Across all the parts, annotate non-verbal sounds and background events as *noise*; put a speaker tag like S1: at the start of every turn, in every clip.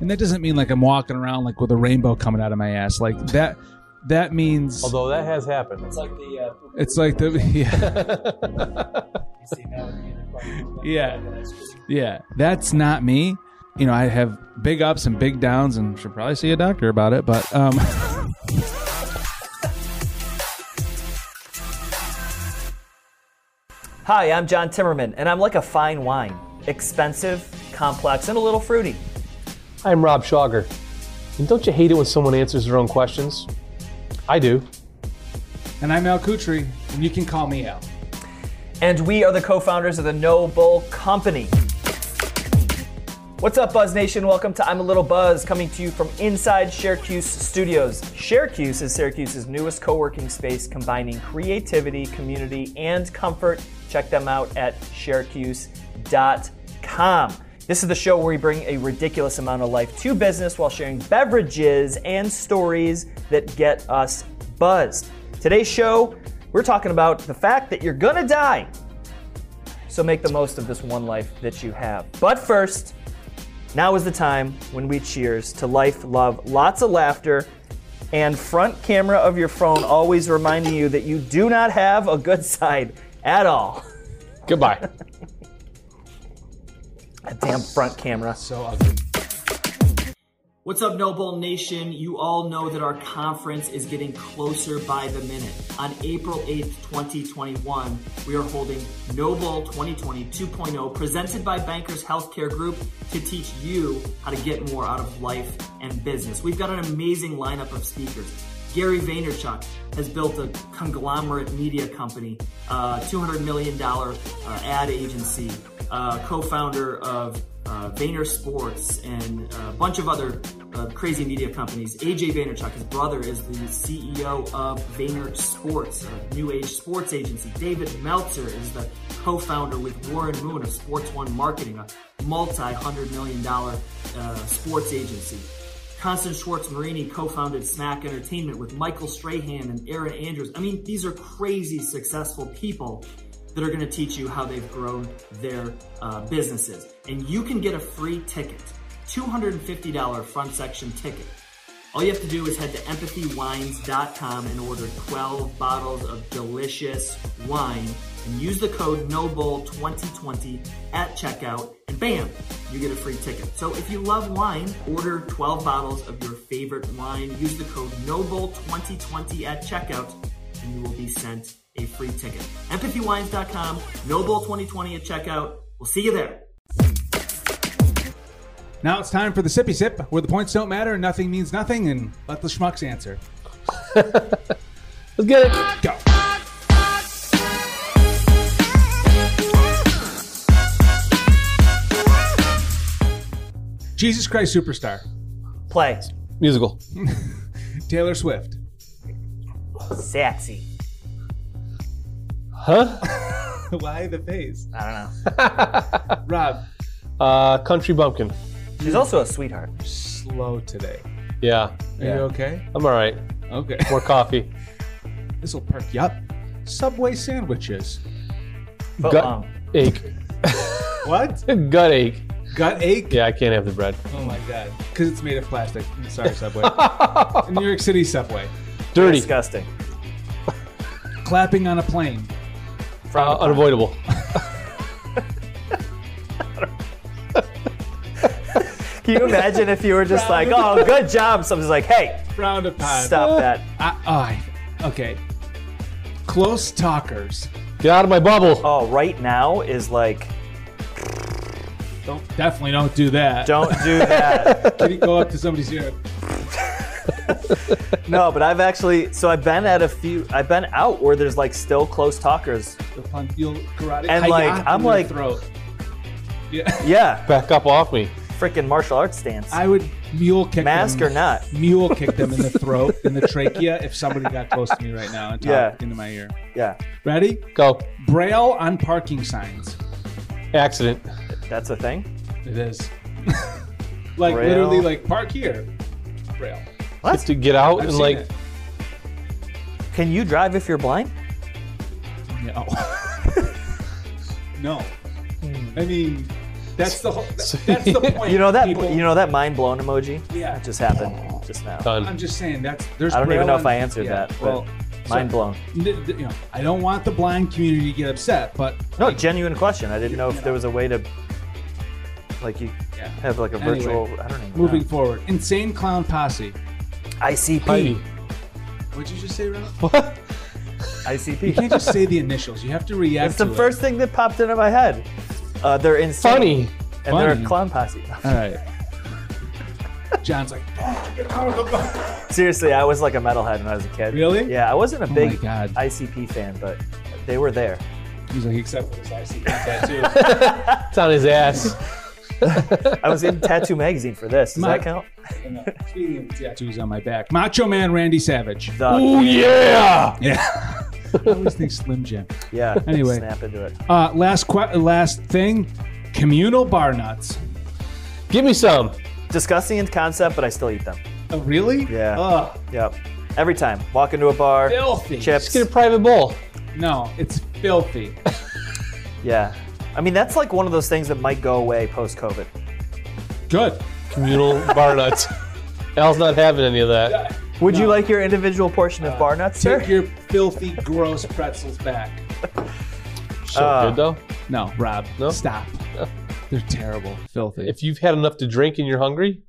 S1: and that doesn't mean like I'm walking around like with a rainbow coming out of my ass. Like that, that means
S2: Although that has happened.
S3: It's like the. Uh,
S1: it's like the *laughs* yeah,
S3: you see now in the
S1: *laughs*
S3: inner part.
S1: Yeah. yeah. That's not me. You know, I have big ups and big downs, and should probably see a doctor about it. But um, *laughs*
S3: Hi, I'm John Timmerman, and I'm like a fine wine expensive, complex, and a little fruity.
S2: I'm Rob Schauger. And don't you hate it when someone answers their own questions? I do.
S1: and I'm Al Kutri, and you can call me Al.
S3: and we are the co-founders of the No Bull Company. What's up, Buzz Nation? Welcome to I'm a Little Buzz, coming to you from inside Syracuse Studios. Syracuse is Syracuse's newest co-working space, combining creativity, community, and comfort. Check them out at Syracuse.com. This is the show where we bring a ridiculous amount of life to business while sharing beverages and stories that get us buzzed. Today's show, we're talking about the fact that you're gonna die. So make the most of this one life that you have. But first, now is the time when we cheers to life, love, lots of laughter, and front camera of your phone always reminding you that you do not have a good side at all. *laughs*
S2: Goodbye.
S3: That damn front camera.
S1: So ugly.
S3: What's up, Noble Nation? You all know that our conference is getting closer by the minute. On April 8th, 2021, we are holding Noble 2020 2.0, oh, presented by Bankers Healthcare Group, to teach you how to get more out of life and business. We've got an amazing lineup of speakers. Gary Vaynerchuk has built a conglomerate media company, uh, $200 million uh, ad agency, uh, co founder of uh, Vayner Sports, and a bunch of other uh, crazy media companies. AJ Vaynerchuk, his brother, is the CEO of Vayner Sports, a new age sports agency. David Meltzer is the co founder with Warren Moon of Sports One Marketing, a multi hundred million dollar uh, sports agency. Constance Schwartz Marini co-founded Smack Entertainment with Michael Strahan and Aaron Andrews. I mean, these are crazy successful people that are going to teach you how they've grown their uh, businesses. And you can get a free ticket, $250 front section ticket. All you have to do is head to empathywines.com and order 12 bottles of delicious wine and use the code NOBLE2020 E at checkout and bam, you get a free ticket. So if you love wine, order 12 bottles of your favorite wine, use the code NOBLE2020 E at checkout and you will be sent a free ticket. empathywines.com, NOBLE2020 E at checkout. We'll see you there.
S1: Now it's time for the sippy sip, where the points don't matter, nothing means nothing, and let the schmucks answer.
S2: Let's get it.
S1: Go. Jesus Christ Superstar,
S3: Play.
S2: Musical.
S1: Taylor Swift, *laughs*
S3: Sexy.
S2: Huh? *laughs*
S1: Why the face? Uh,
S3: I don't know.
S1: Rob,
S2: Uh, Country Bumpkin.
S3: She's also a sweetheart.
S1: slow today.
S2: Yeah.
S1: Are you okay?
S2: I'm all right.
S1: Okay.
S2: More coffee.
S1: this will perk you up. Subway sandwiches.
S3: Foot
S2: Gut
S3: long.
S2: ache. *laughs*
S1: What?
S2: Gut ache.
S1: Gut ache?
S2: Yeah, I can't have the bread.
S1: Oh my god. Because it's made of plastic.
S3: *laughs*
S1: Sorry, Subway. New York City Subway.
S2: Dirty.
S3: Disgusting.
S1: Clapping on a plane.
S2: Uh, unavoidable.
S3: Can you imagine if you were just like, oh, good job? Someone's like, hey,
S1: Frowned upon.
S3: stop that.
S1: I, I, okay. Close talkers.
S2: Get out of my bubble.
S3: Oh, right now is like,
S1: Don't definitely don't do that.
S3: don't
S1: *laughs*
S3: do that.
S1: Can you go up to somebody's ear?
S3: no, but I've actually, so I've been at a few, I've been out where there's like still close talkers.
S1: The punk, you'll karate.
S3: And,
S1: hi-yah
S3: like, I'm
S1: in your
S3: like-
S1: throat. Yeah.
S3: Yeah,
S2: Back up off me.
S3: freaking martial arts stance.
S1: I would mule kick
S3: Mask
S1: them.
S3: or not.
S1: Mule kick them in the throat, in the trachea, if somebody got close to me right now and talked
S3: Yeah.
S1: into my ear.
S3: Yeah,
S1: Ready?
S2: Go.
S1: Braille on parking signs.
S2: Accident.
S3: that's a thing.
S1: It is. *laughs* like
S3: Braille.
S1: literally like park here. Braille.
S2: Get to get out
S1: I've
S2: and
S1: seen
S2: like
S1: it.
S3: Can you drive if you're blind?
S1: *laughs* Hmm. No. no. I mean That's the whole, that's the point.
S4: *laughs* You know that
S1: people.
S4: you know that mind blown emoji?
S1: Yeah.
S4: That just happened just now.
S1: I'm
S2: Done.
S1: just saying that's there's.
S4: I don't even
S1: rail
S4: know
S1: on-
S4: if I answered
S1: yeah,
S4: that, but
S1: Well,
S4: mind
S1: so-
S4: blown.
S1: n- th- you know, I don't want the blind community to get upset, but
S4: No, genuine question. I didn't know if there was a way to like you
S1: Yeah.
S4: have like a
S1: Anyway,
S4: virtual I don't even
S1: moving
S4: know.
S1: forward, insane clown posse.
S4: ICP.
S2: Heidi.
S1: What'd you just say,
S4: *laughs*
S1: Ralph?
S2: What?
S1: You
S4: ICP.
S1: can't just say the initials. You have to react.
S4: It's the
S1: to it.
S4: first thing that popped into my head. Uh, they're insane.
S2: Funny.
S4: And they're
S1: Funny.
S4: a clown posse. *laughs*
S1: All right. John's like, "Oh, get out of the box."
S4: Seriously, I was like a metalhead when I was a kid.
S1: Really? Oh
S4: Yeah, I wasn't a
S1: my
S4: big
S1: God.
S4: ICP fan, but they were there.
S1: He's like, except for this ICP tattoo.
S2: It's on his ass.
S4: I was in Tattoo Magazine for this. Does
S1: My-
S4: that count?
S1: *laughs* And, uh, Speaking of tattoos on my back, Macho Man Randy Savage.
S4: The-
S2: Oh yeah.
S1: Yeah. *laughs* I always think Slim Jim.
S4: yeah.
S1: *laughs* Anyway.
S4: Snap into it.
S1: Uh, last que- last thing, communal bar nuts.
S2: Give me some.
S4: Disgusting in concept, but I still eat them.
S1: Oh, really? Uh,
S4: Yeah.
S1: Ugh,
S4: Yep. Every time. Walk into a bar.
S1: filthy.
S4: Chips.
S2: Just get a private bowl.
S1: No, it's filthy.
S4: Yeah. I mean, that's like one of those things that might go away post COVID.
S1: Good.
S2: Communal bar
S1: *laughs*
S2: nuts. Al's not having any of that.
S4: Would you like your individual portion
S1: Uh,
S4: of bar nuts, sir?
S1: Take your filthy, gross pretzels back.
S2: So
S4: Uh,
S2: good though.
S1: No, Rob.
S2: No?
S4: *laughs*
S1: Stop. They're terrible. Filthy.
S2: If you've had enough to drink and you're hungry,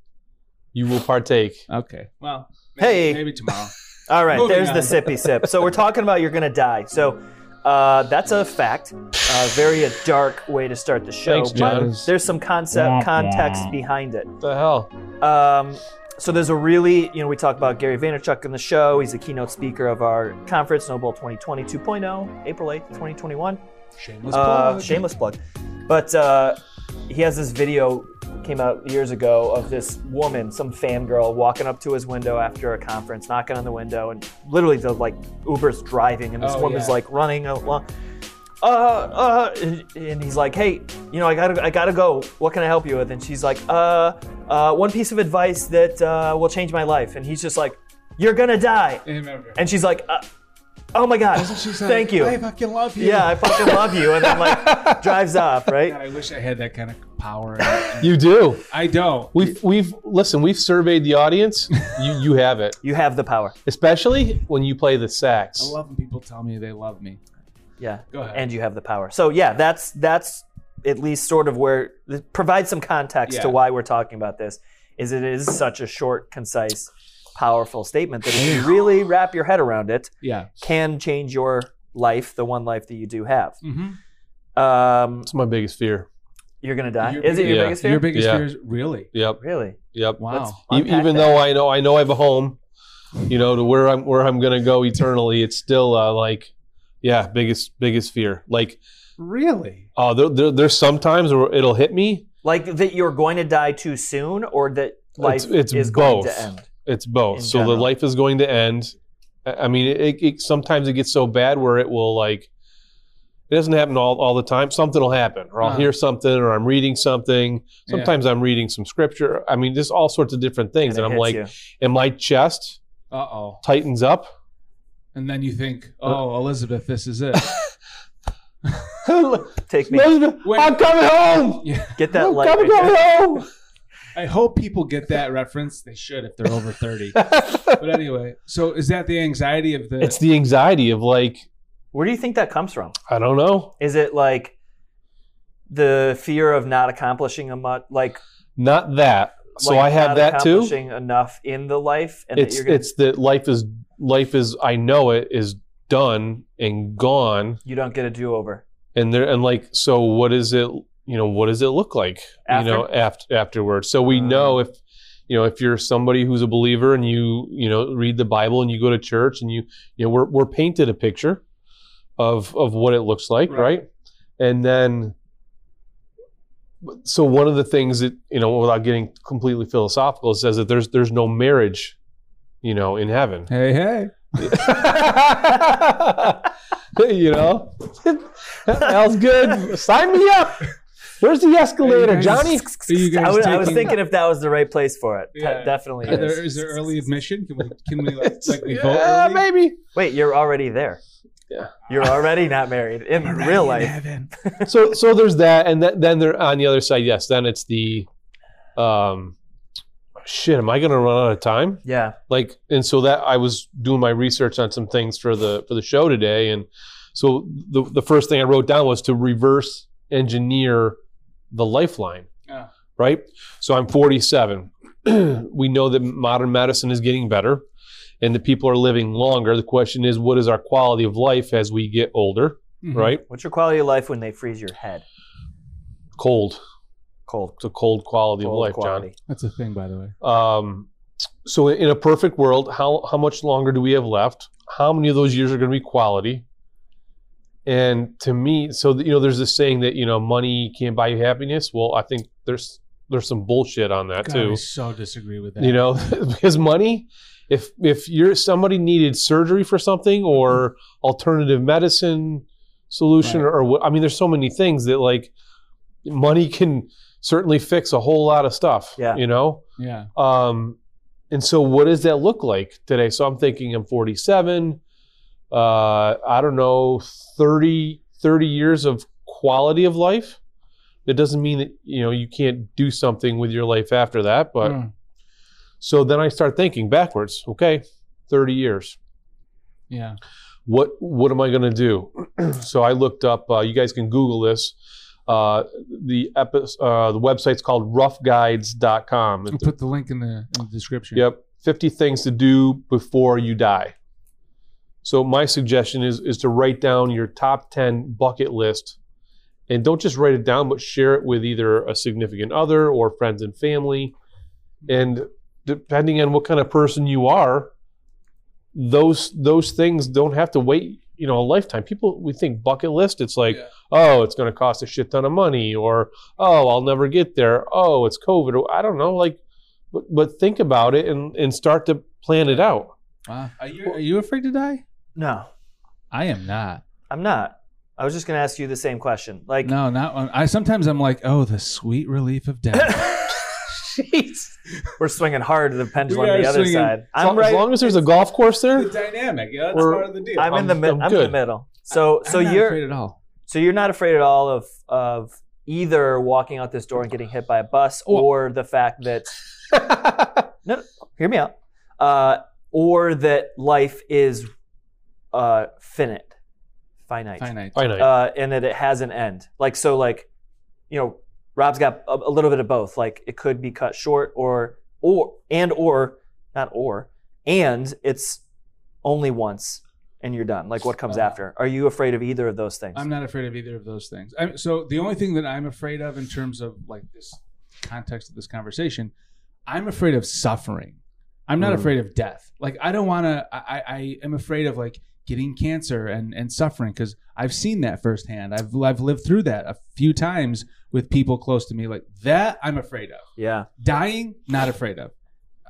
S2: you will partake.
S1: okay. Well.
S4: Hey.
S1: Maybe
S4: *laughs*
S1: tomorrow.
S4: All right,
S1: Moving
S4: there's
S1: on.
S4: the sippy sip. So we're talking about you're gonna die. So uh, that's a fact. Uh, very a dark way to start the show.
S2: Thanks, John.
S4: But there's some concept context behind it.
S2: What the hell?
S4: Um, so there's a really, you know, we talk about Gary Vaynerchuk in the show. He's a keynote speaker of our conference, Noble 2020 2.0, oh, April 8th, 2021.
S1: Shameless
S4: Uh,
S1: plug.
S4: shameless plug. But uh, he has this video came out years ago of this woman, some fangirl, walking up to his window after a conference, knocking on the window, and literally the like Uber's driving, and this
S1: Oh,
S4: woman's
S1: yeah.
S4: like running along. Uh, uh, and, and he's like, hey, you know, I gotta, I gotta go. What can I help you with? And she's like, uh, uh, one piece of advice that uh, will change my life. And he's just like, you're gonna die.
S1: Remember.
S4: And she's like, uh, oh my god,
S1: She said,
S4: thank you.
S1: I fucking love you.
S2: *laughs*
S4: Yeah, I fucking love you. And then like drives off,
S1: God,
S4: right?
S1: I wish I had that kind of power.
S4: *laughs*
S2: You do.
S1: I don't.
S2: We've we've listen. We've surveyed
S1: *laughs*
S2: the audience. You you have it,
S4: You have the power.
S2: especially when you play the sax.
S1: I love when people tell me they love me.
S4: Yeah.
S1: Go ahead.
S4: And you have the power. So yeah, that's that's at least sort of where provide some context to
S1: Yeah.
S4: why we're talking about this. Is it is such a short, concise, powerful statement that if you really wrap your head around it,
S1: Yeah.
S4: can change your life, the one life that you do have.
S1: Mm-hmm.
S4: Um,
S2: That's my biggest fear.
S4: you're gonna die.
S1: Your
S4: is it your
S2: Yeah.
S4: biggest fear?
S1: Your biggest
S2: Yeah.
S1: fear is really.
S2: Yep.
S4: really?
S2: Yep.
S1: Wow.
S2: E-
S4: Unpack
S2: even
S4: that.
S2: though I know I know I have a home, you know, to where I'm where I'm gonna go eternally. It's still uh, like, yeah, biggest biggest fear. Like,
S1: Really?
S2: uh, there, there, there's sometimes where it'll hit me.
S4: Like that you're going to die too soon, or that life
S2: It's- it's
S4: is going
S2: both.
S4: to end.
S2: It's both.
S4: In
S2: So the
S4: general.
S2: life is going to end. I I mean, it, it sometimes it gets so bad where it will like. It doesn't happen all, all the time. Something will happen, or I'll
S1: Uh-huh.
S2: hear something, or I'm reading something.
S1: Yeah.
S2: Sometimes I'm reading some scripture. I mean, just all sorts of different things. And,
S4: it
S2: I'm
S4: hits
S2: like,
S4: you.
S2: and my chest
S1: Uh oh.
S2: tightens up.
S4: *laughs*
S1: And then you think,
S2: Uh,
S1: oh, Elizabeth, this is it.
S4: take me,
S2: Elizabeth,
S1: Wait.
S2: I'm coming home.
S1: yeah.
S4: get that
S2: I'm
S4: light.
S2: coming,
S4: right there.
S2: coming home.
S4: *laughs*
S1: I hope people get that reference. They should if they're over 30. but anyway, so is that the anxiety of the.
S2: It's the anxiety of like,
S4: Where do you think that comes from?
S2: I don't know,
S4: Is it like the fear of not accomplishing a much, like
S2: not that. So
S4: like
S2: I have
S4: not
S2: that too.
S4: accomplishing enough in the life, and
S2: it's
S4: that you're gonna,
S2: it's that life is life is I know it is done and gone
S4: you don't get a do over.
S2: and there and like so what is it you know what does it look like
S4: After?
S2: you know after afterwards so we
S1: Uh-huh.
S4: Uh.
S2: know if you know if you're somebody who's a believer and you you know read the Bible and you go to church and you you know we're we're painted a picture of of what it looks like
S1: Right.
S2: right, and then so one of the things that you know without getting completely philosophical it says that there's there's no marriage you know
S1: *laughs*
S2: in heaven *laughs*
S1: hey, hey.
S2: you know, *laughs* Al's good. Sign me up. Where's the
S1: Are you
S2: escalator,
S1: guys-
S2: Johnny?
S1: *laughs* Are you guys
S4: I was, I was
S1: taking-
S4: thinking if that was the right place for it. Te-
S1: Yeah.
S4: Definitely
S1: Are
S4: is.
S1: there, is there early admission? Can we, can we like, like we vote
S2: yeah,
S1: early?
S2: maybe.
S4: Wait, you're already there.
S2: Yeah.
S4: You're already not married in real life.
S2: so so there's that, and th- then there on the other side. Yes, then it's the, um, shit. Am I gonna run out of time?
S4: Yeah.
S2: Like, and so that I was doing my research on some things for the for the show today, and so the the first thing I wrote down was to reverse engineer the lifeline.
S1: Yeah.
S2: Right. So I'm 47. *clears throat* we know that modern medicine is getting better, and that people are living longer. The question is, what is our quality of life as we get older? Right.
S4: What's your quality of life when they freeze your head?
S2: Cold.
S4: Cold.
S2: It's a cold quality
S4: Cold
S2: of life,
S4: quality.
S1: That's a thing, by the way.
S2: John. Um, so in a perfect world, how how much longer do we have left? How many of those years are going to be quality? And to me, so you know, there's this saying that you know, money can't buy you happiness. Well, I think there's there's some bullshit on that
S1: God,
S2: too.
S1: I so disagree with that.
S2: You know, *laughs* because money, if if you're somebody needed surgery for something or alternative medicine solution
S1: Right.
S2: or, what, I mean, there's so many things that like money can certainly fix a whole lot of stuff.
S4: Yeah.
S2: You know,
S1: Yeah.
S2: um, and so what does that look like today? So I'm thinking I'm 47. Uh, I don't know 30 30 years of quality of life. That doesn't mean that you know you can't do something with your life after that, but.
S1: Mm.
S2: So then I start thinking backwards. Okay, 30 years.
S1: yeah.
S2: What what am I going to do? *clears throat* so I looked up. Uh, you guys can Google this. Uh, the epi- uh, the website's called roughguides.com.
S1: We'll put the link in the, in the description.
S2: Yep, 50 things to do before you die. So my suggestion is is to write down your top 10 bucket list, and don't just write it down, but share it with either a significant other or friends and family. And depending on what kind of person you are, those those things don't have to wait, you know, a lifetime. People we think bucket list, it's like,
S1: Yeah.
S2: oh, it's going to cost a shit ton of money, or oh, I'll never get there. Oh, it's COVID. or I don't know, like, but, but think about it and and start to plan it out.
S1: Wow. Are you are you afraid to die?
S4: No,
S1: I am not.
S4: I'm not. I was just gonna ask you the same question. Like,
S1: No, not. um, I sometimes I'm like, oh, the sweet relief of
S4: *laughs*
S1: death.
S2: Jeez.
S4: we're swinging hard. The pendulum
S1: We are
S4: the other
S1: swinging.
S4: side. I'm
S2: As
S4: right.
S2: long as there's a golf course there,
S1: dynamic. Yeah,
S2: We're- part
S1: of the deal.
S4: I'm in the
S2: I'm-
S4: mid.
S2: I'm
S4: I'm in the
S2: good.
S4: middle. So, so
S1: not
S4: you're
S1: afraid at all.
S4: so you're not afraid at all of of either walking out this door and getting hit by a bus,
S1: Well-
S4: or the fact
S1: *laughs*
S4: that hear me out, uh, or that life is uh, finite, finite,
S1: Finite.
S2: I know.
S4: uh, and that it has an end. Like so, like you know, Rob's got a, a little bit of both. Like it could be cut short, or or and or not or and it's only once, and you're done. Like what comes
S1: Uh,
S4: after? Are you afraid of either of those things?
S1: I'm not afraid of either of those things. I, so the only thing that I'm afraid of in terms of like this context of this conversation, I'm afraid of suffering. I'm not
S4: Mm.
S1: afraid of death. Like I don't want to. I, I I am afraid of like getting cancer and and suffering because I've seen that firsthand. I've I've lived through that a few times with people close to me. Like that, I'm afraid of
S4: yeah,
S1: dying. Not afraid of.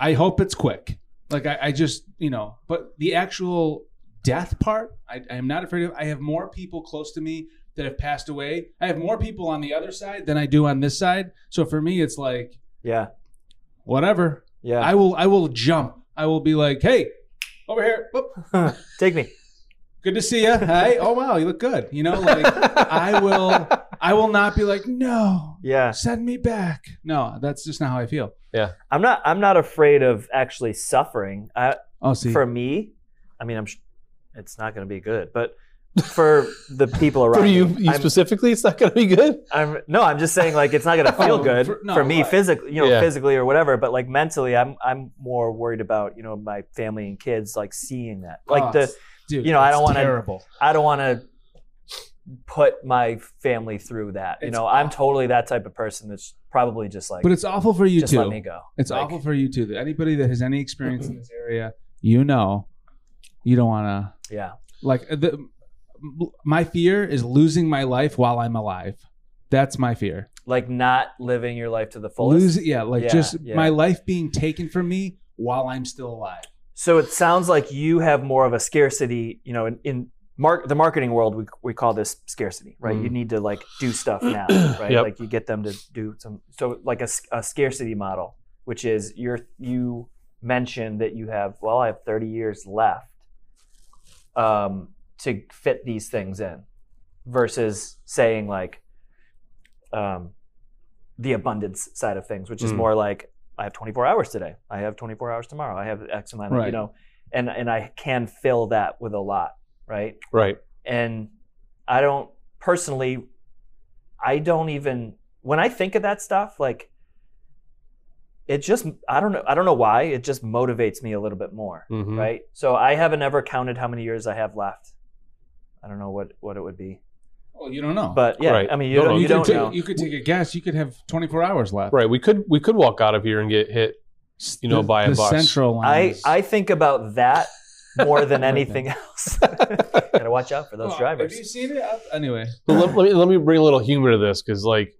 S1: I hope it's quick. Like I, I just you know, but the actual death part, I, I am not afraid of. I have more people close to me that have passed away. I have more people on the other side than I do on this side. So for me, it's like
S4: yeah,
S1: whatever.
S4: yeah.
S1: I will I will jump. I will be like, hey, over here. Whoop.
S4: Take me.
S1: Good to see you. Hi. Oh wow, you look good. You know,
S4: *laughs*
S1: like I will. I will not be like no.
S4: Yeah,
S1: Send me back. No, that's just not how I feel.
S4: I'm not. I'm not afraid of actually suffering. I,
S1: Oh, see,
S4: for me, I mean, I'm. sh- It's not going to be good, but for the people
S1: *laughs*
S4: around
S2: For you,
S4: me,
S2: you
S4: I'm-
S2: specifically, it's not going to be good.
S4: I'm no, I'm just saying like it's not gonna feel
S1: Oh,
S4: good
S1: for- *laughs* no,
S4: for, me
S1: right.
S4: physically, you know,
S2: Yeah.
S4: physically or whatever. But like mentally, I'm I'm more worried about you know my family and kids like seeing that. Like
S1: Oh,
S4: the
S1: dude,
S4: you know, I
S1: that's
S4: don't wanna-
S1: Terrible.
S4: I don't want to put my family through that. You
S1: It's
S4: know, I'm totally that type of person that's probably just like
S1: But it's awful for you
S4: just
S1: too.
S4: let me go.
S1: It's
S4: Like,
S1: awful for you too. Anybody that has any experience in this area, you know, you don't want to
S4: Yeah,
S1: like the. My fear is losing my life while I'm alive. That's my fear.
S4: like not living your life to the fullest.
S1: Lose, yeah, like
S4: Yeah,
S1: just
S4: yeah.
S1: my life being taken from me while I'm still alive.
S4: So it sounds like you have more of a scarcity, you know, in, in mar- the marketing world, we, we call this scarcity, right? You need to like do
S2: *clears throat*
S4: stuff now, right?
S2: Mm. Yep.
S4: Like you get them to do some, so like a, s- a scarcity model, which is you're, you mentioned that you have, well, I have 30 years left. Um, to fit these things in versus saying like um, the abundance side of things, which is
S2: Mm.
S4: more like I have 24 hours today, I have 24 hours tomorrow, I have X amount, of, you
S1: Right.
S4: know, and and I can fill that with a lot, right?
S2: Right.
S4: and I don't personally, I don't even when I think of that stuff, like it just I don't know I don't know why it just motivates me a little bit more,
S2: Mhm.
S4: right? So I haven't ever counted how many years I have left. I don't know what what it would be,
S1: Well, Oh, you don't know.
S4: but yeah,
S2: Right.
S4: I mean you
S2: No, no,
S4: don't you,
S2: you
S4: don't
S1: could
S4: know.
S1: take, you could take a guess. You could have 24 hours left.
S2: Right. We could we could walk out of here and get hit. You know,
S1: the,
S2: by a
S1: the
S2: bus.
S1: Central line.
S4: I
S1: is-
S4: I think about that more than
S1: *laughs* Right.
S4: anything else. *laughs* Gotta watch out for those
S1: Well,
S4: drivers.
S1: Oh, Have you seen it? Uh, Anyway,
S2: But let, let me let me bring a little humor to this because like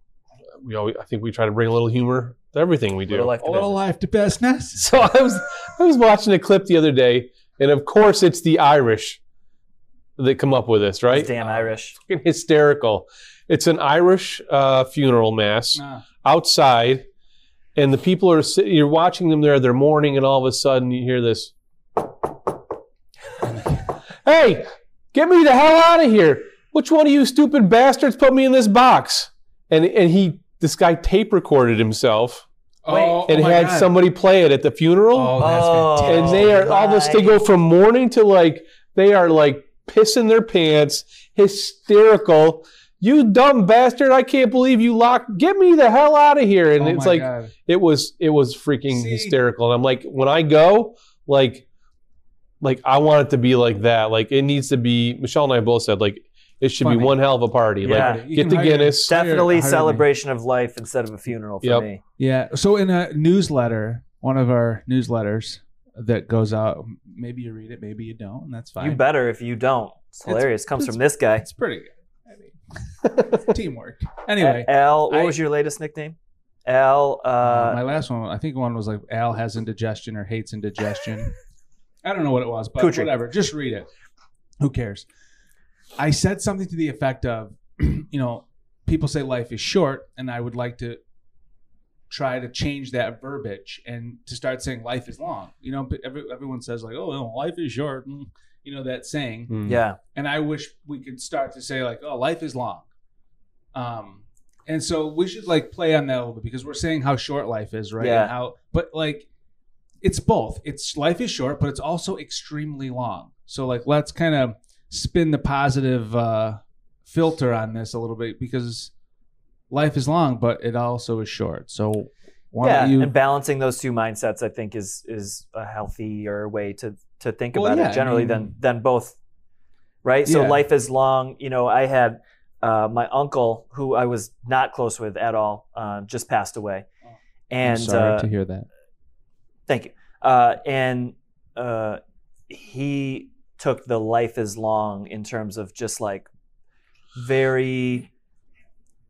S2: we always, I think we try to bring a little humor to everything we do.
S4: Little life
S1: a little
S4: division.
S1: life to business.
S2: *laughs* So I was I was watching a clip the other day, and of course it's the Irish that come up with this, right?
S4: Damn Irish.
S2: Fucking hysterical. It's an Irish uh, funeral mass
S1: Nah.
S2: outside, and the people are sit- you're watching them there. They're mourning, and all of a sudden you hear this. hey, get me the hell out of here! Which one of you stupid bastards put me in this box? And and he this guy tape recorded himself
S4: Wait.
S1: oh,
S2: and
S1: oh my
S2: had
S1: God.
S2: somebody play it at the funeral.
S1: Oh, that's
S4: Oh.
S1: fantastic.
S2: and they are all this. They go from morning to like they are like pissing their pants, hysterical. You dumb bastard! I can't believe you locked. Get me the hell out of here! And
S1: Oh
S2: it's
S1: my
S2: like
S1: God.
S2: it was it was freaking
S1: See?
S2: hysterical. And I'm like, when I go, like, like I want it to be like that. Like it needs to be. Michelle and I both said like it should
S1: Funny.
S2: be one hell of a party.
S4: Yeah.
S2: Like
S1: You
S2: get
S1: can
S2: the
S1: hire-
S2: Guinness.
S1: Hire-
S4: Definitely
S1: hire me.
S4: celebration of life instead of a funeral for
S2: Yep.
S4: me.
S1: Yeah. So in a newsletter, one of our newsletters that goes out, maybe you read it, maybe you don't, and that's fine.
S4: You better if you don't. It's
S1: It's-
S4: hilarious. Comes
S1: it's-
S4: from this guy.
S1: It's pretty good. I mean,
S4: *laughs*
S1: it's teamwork. Anyway,
S4: Al, what
S1: I-
S4: was your latest nickname? Al,
S1: uh,
S4: uh,
S1: my last one, I think one was like Al has indigestion or hates indigestion. I don't know what it was, but
S4: Coochie.
S1: whatever. Just read it. Who cares? I said something to the effect of, *clears throat* you know, people say life is short, and I would like to try to change that verbiage and to start saying life is long. You know, but every, everyone says like, oh, well, life is short. mm, You know that saying.
S2: Mm.
S4: yeah,
S1: and I wish we could start to say like, "Oh, life is long," um, and so we should like play on that a little bit because we're saying how short life is, right?
S4: Yeah.
S1: And how, but like, it's both. It's life is short, but it's also extremely long. So like, let's kind of spin the positive uh, filter on this a little bit because life is long, but it also is short. So why
S4: yeah.
S1: don't you?
S4: And balancing those two mindsets, I think, is is a healthier way to to think
S1: Well,
S4: about
S1: yeah, I
S4: it generally
S1: mean-
S4: than than both. Right. So
S1: Yeah.
S4: life is long. You know, I had uh, my uncle, who I was not close with at all, uh, just passed away,
S1: Oh. I'm
S4: and
S1: sorry
S4: uh,
S1: to hear that.
S4: Thank you. Uh, and uh, he took the life is long in terms of just like very,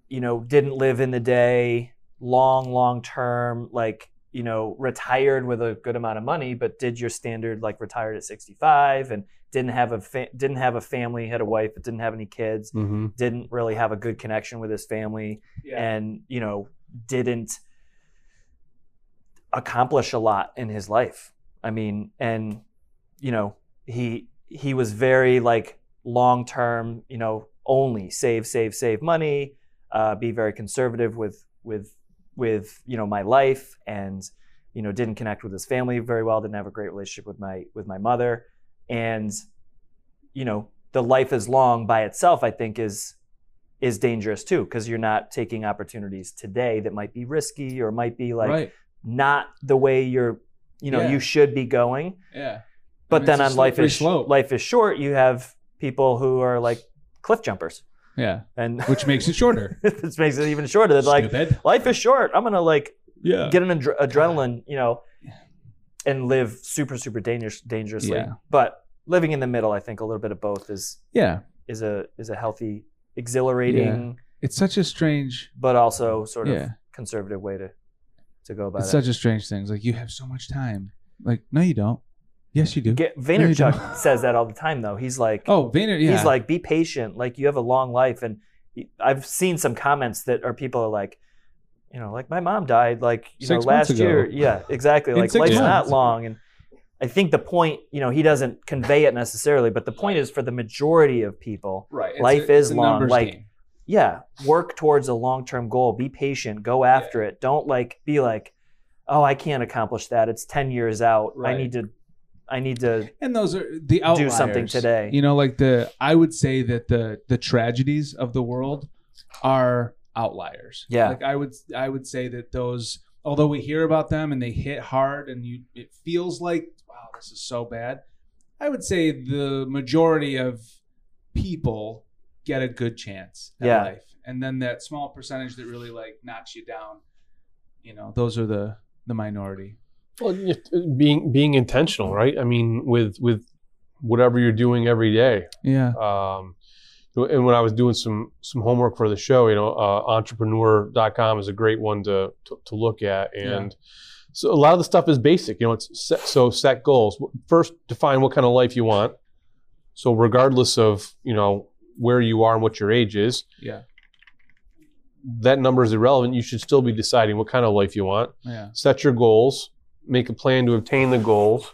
S4: you know, didn't live in the day, long, long term, like, you know, retired with a good amount of money, but did your standard like retired at 65 and didn't have a fa- didn't have a family, had a wife, but didn't have any kids,
S2: hmm
S4: didn't really have a good connection with his family and you know didn't accomplish a lot in his life i mean and you know he he was very like long term you know only save save save money uh, be very conservative with with with you know my life and you know didn't connect with his family very well didn't have a great relationship with my with my mother and you know the life is long by itself i think is is dangerous too because you're not taking opportunities today that might be risky or might be like
S1: right.
S4: not the way you're you know
S1: Yeah.
S4: you should be going
S1: Yeah.
S4: but
S1: mean,
S4: then
S1: it's a
S4: on life
S1: slippery
S4: is
S1: slope.
S4: life is short you have people who are like cliff jumpers
S1: Yeah.
S4: and
S1: Which makes it shorter.
S4: this makes it even shorter It's *laughs* like
S1: Stupid.
S4: life is short i'm gonna like
S1: Uh, Yeah.
S4: get an adre- adrenaline, you know, and live super super dangerous dangerously.
S1: Yeah.
S4: But living in the middle, I think a little bit of both is
S1: Yeah.
S4: is a is a healthy, exhilarating,
S1: It's such a strange.
S4: but also sort of
S1: Yeah.
S4: conservative way to to go about
S1: It's
S4: it.
S1: such a strange thing. It's like you have so much time. Like no, you don't. Yes, you do.
S4: Get,
S1: you don't.
S4: Vaynerchuk says that all the time though. He's like,
S1: oh, Vayner. Yeah.
S4: he's like, be patient. Like you have a long life, and I've seen some comments that are people are like. You know, like my mom died like you
S1: Six
S4: know last
S1: months ago. *laughs*
S4: year. Yeah, exactly.
S1: In
S4: like
S1: six
S4: life's not
S1: months.
S4: long, and I think the point, you know, he doesn't convey it necessarily, but the point is for the majority of people,
S1: Right. It's
S4: Life
S1: a-
S4: is
S1: it's a
S4: long,
S1: numbers
S4: like-
S1: game.
S4: yeah, work towards a long term goal. Be patient, go after it. Don't like be like, oh, I can't accomplish that. It's ten years out.
S1: Right.
S4: I need to, I need to.
S1: and those are the outliers.
S4: something today.
S1: You know, like the I would say that the the tragedies of the world are outliers.
S4: Yeah.
S1: Like I would I would say that those although we hear about them and they hit hard and you it feels like wow this is so bad. I would say the majority of people get a good chance at
S4: Yeah.
S1: life. And then that small percentage that really like knocks you down, you know, those are the the minority.
S2: Well, you- being being intentional, right? I mean, with with whatever you're doing every day.
S1: Yeah.
S2: Um, and when I was doing some some homework for the show, you know, uh, entrepreneur.com is a great one to to, to look at, and so a lot of the stuff is basic. You know, it's set, so set goals. First, define what kind of life you want. So regardless of you know where you are and what your age is,
S1: Yeah.
S2: that number is irrelevant. You should still be deciding what kind of life you want
S1: Yeah.
S2: set your goals, make a plan to obtain the goals,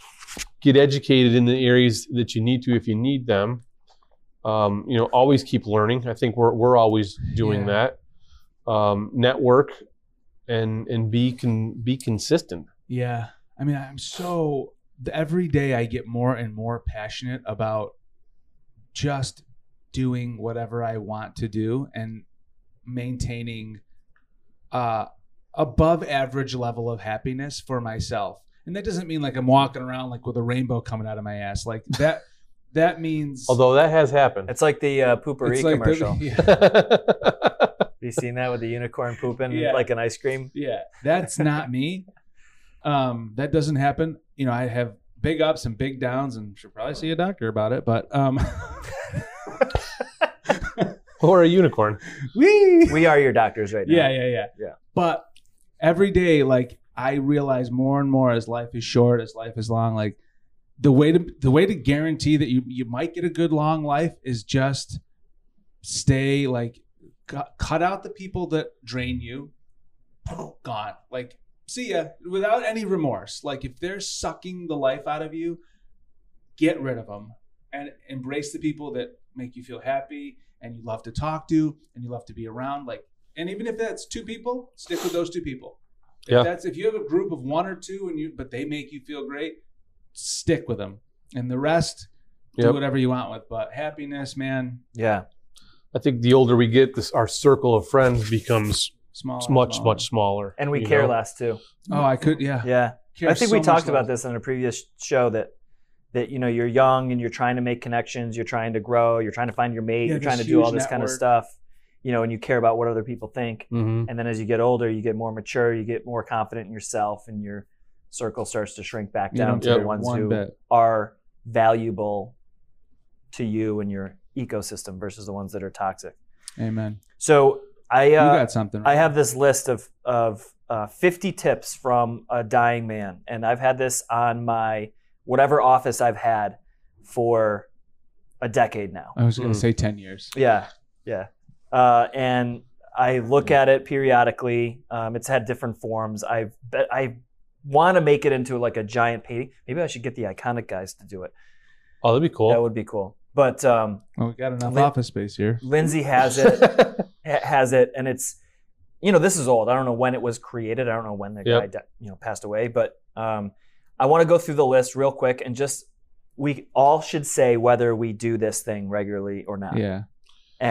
S2: get educated in the areas that you need to if you need them. Um, you know, always keep learning. I think we're we're always doing that. Um, network and and be can be consistent.
S1: Yeah. I mean, I'm so the- every day I get more and more passionate about just doing whatever I want to do and maintaining uh above average level of happiness for myself. And that doesn't mean like I'm walking around like with a rainbow coming out of my ass. Like that *laughs* that means
S2: Although that has happened.
S4: It's like the uh, poopery
S1: like the- *laughs*
S4: commercial.
S2: *laughs*
S1: yeah.
S4: Have you seen that with the unicorn pooping
S1: Yeah.
S4: like an ice cream?
S1: Yeah, that's not me. Um, that doesn't happen. You know, I have big ups and big downs, and should probably see a doctor about it. But um, *laughs*
S2: or a unicorn.
S1: we,
S4: We are your doctors right now.
S1: yeah, yeah, yeah,
S4: Yeah.
S1: But every day, like I realize more and more as life is short, as life is long. Like the way to the way to guarantee that you you might get a good long life is just stay like cu- cut out the people that drain you. Gone. Like see ya without any remorse. Like if they're sucking the life out of you, get rid of them and embrace the people that make you feel happy and you love to talk to and you love to be around. Like, and even if that's two people, stick with those two people. If
S2: Yeah.
S1: that's if you have a group of one or two and you but they make you feel great, stick with them. And the rest, do
S2: Yep.
S1: whatever you want with. But happiness, man,
S4: Yeah.
S2: I think the older we get, this our circle of friends becomes
S1: small.
S2: much much smaller,
S4: And we
S2: you
S4: care
S2: know?
S4: less
S1: *sighs*
S4: too.
S1: Oh, I could, yeah.
S4: Yeah.
S1: Care
S4: I think
S1: so
S4: we
S1: much
S4: talked
S1: less.
S4: about this in a previous show that that you know you're young and you're trying to make connections, you're trying to grow, you're trying to find your mate,
S1: Yeah,
S4: you're
S1: this
S4: trying to do all
S1: huge
S4: this kind of
S1: network.
S4: stuff, you know, and you care about what other people think.
S2: Mhm.
S4: And then as you get older, you get more mature, you get more confident in yourself, and your circle starts to shrink back
S1: You
S4: down
S1: don't
S4: to
S1: care
S4: the ones
S1: one
S4: who
S1: bit.
S4: are valuable to you and your ecosystem versus the ones that are toxic.
S1: Amen.
S4: So I uh,
S1: you got something.
S4: I have this list of of uh, 50 tips from a dying man, and I've had this on my whatever office I've had for a decade now.
S1: I was gonna
S2: Mm.
S1: say ten years.
S4: Yeah, yeah. Uh, and I look at it periodically. Um, it's had different forms. I but I want to make it into like a giant painting. Maybe I should get the iconic guys to do it.
S2: Oh, that'd be cool.
S4: That would be cool. But um,
S1: Well, we got enough
S4: Lin-
S1: office space here.
S4: Lindsay has
S1: *laughs*
S4: it. ha- has it, and it's you know this is old. I don't know when it was created. I don't know when the
S2: Yep.
S4: guy di- you know passed away, but um, I want to go through the list real quick and just we all should say whether we do this thing regularly or not.
S1: Yeah.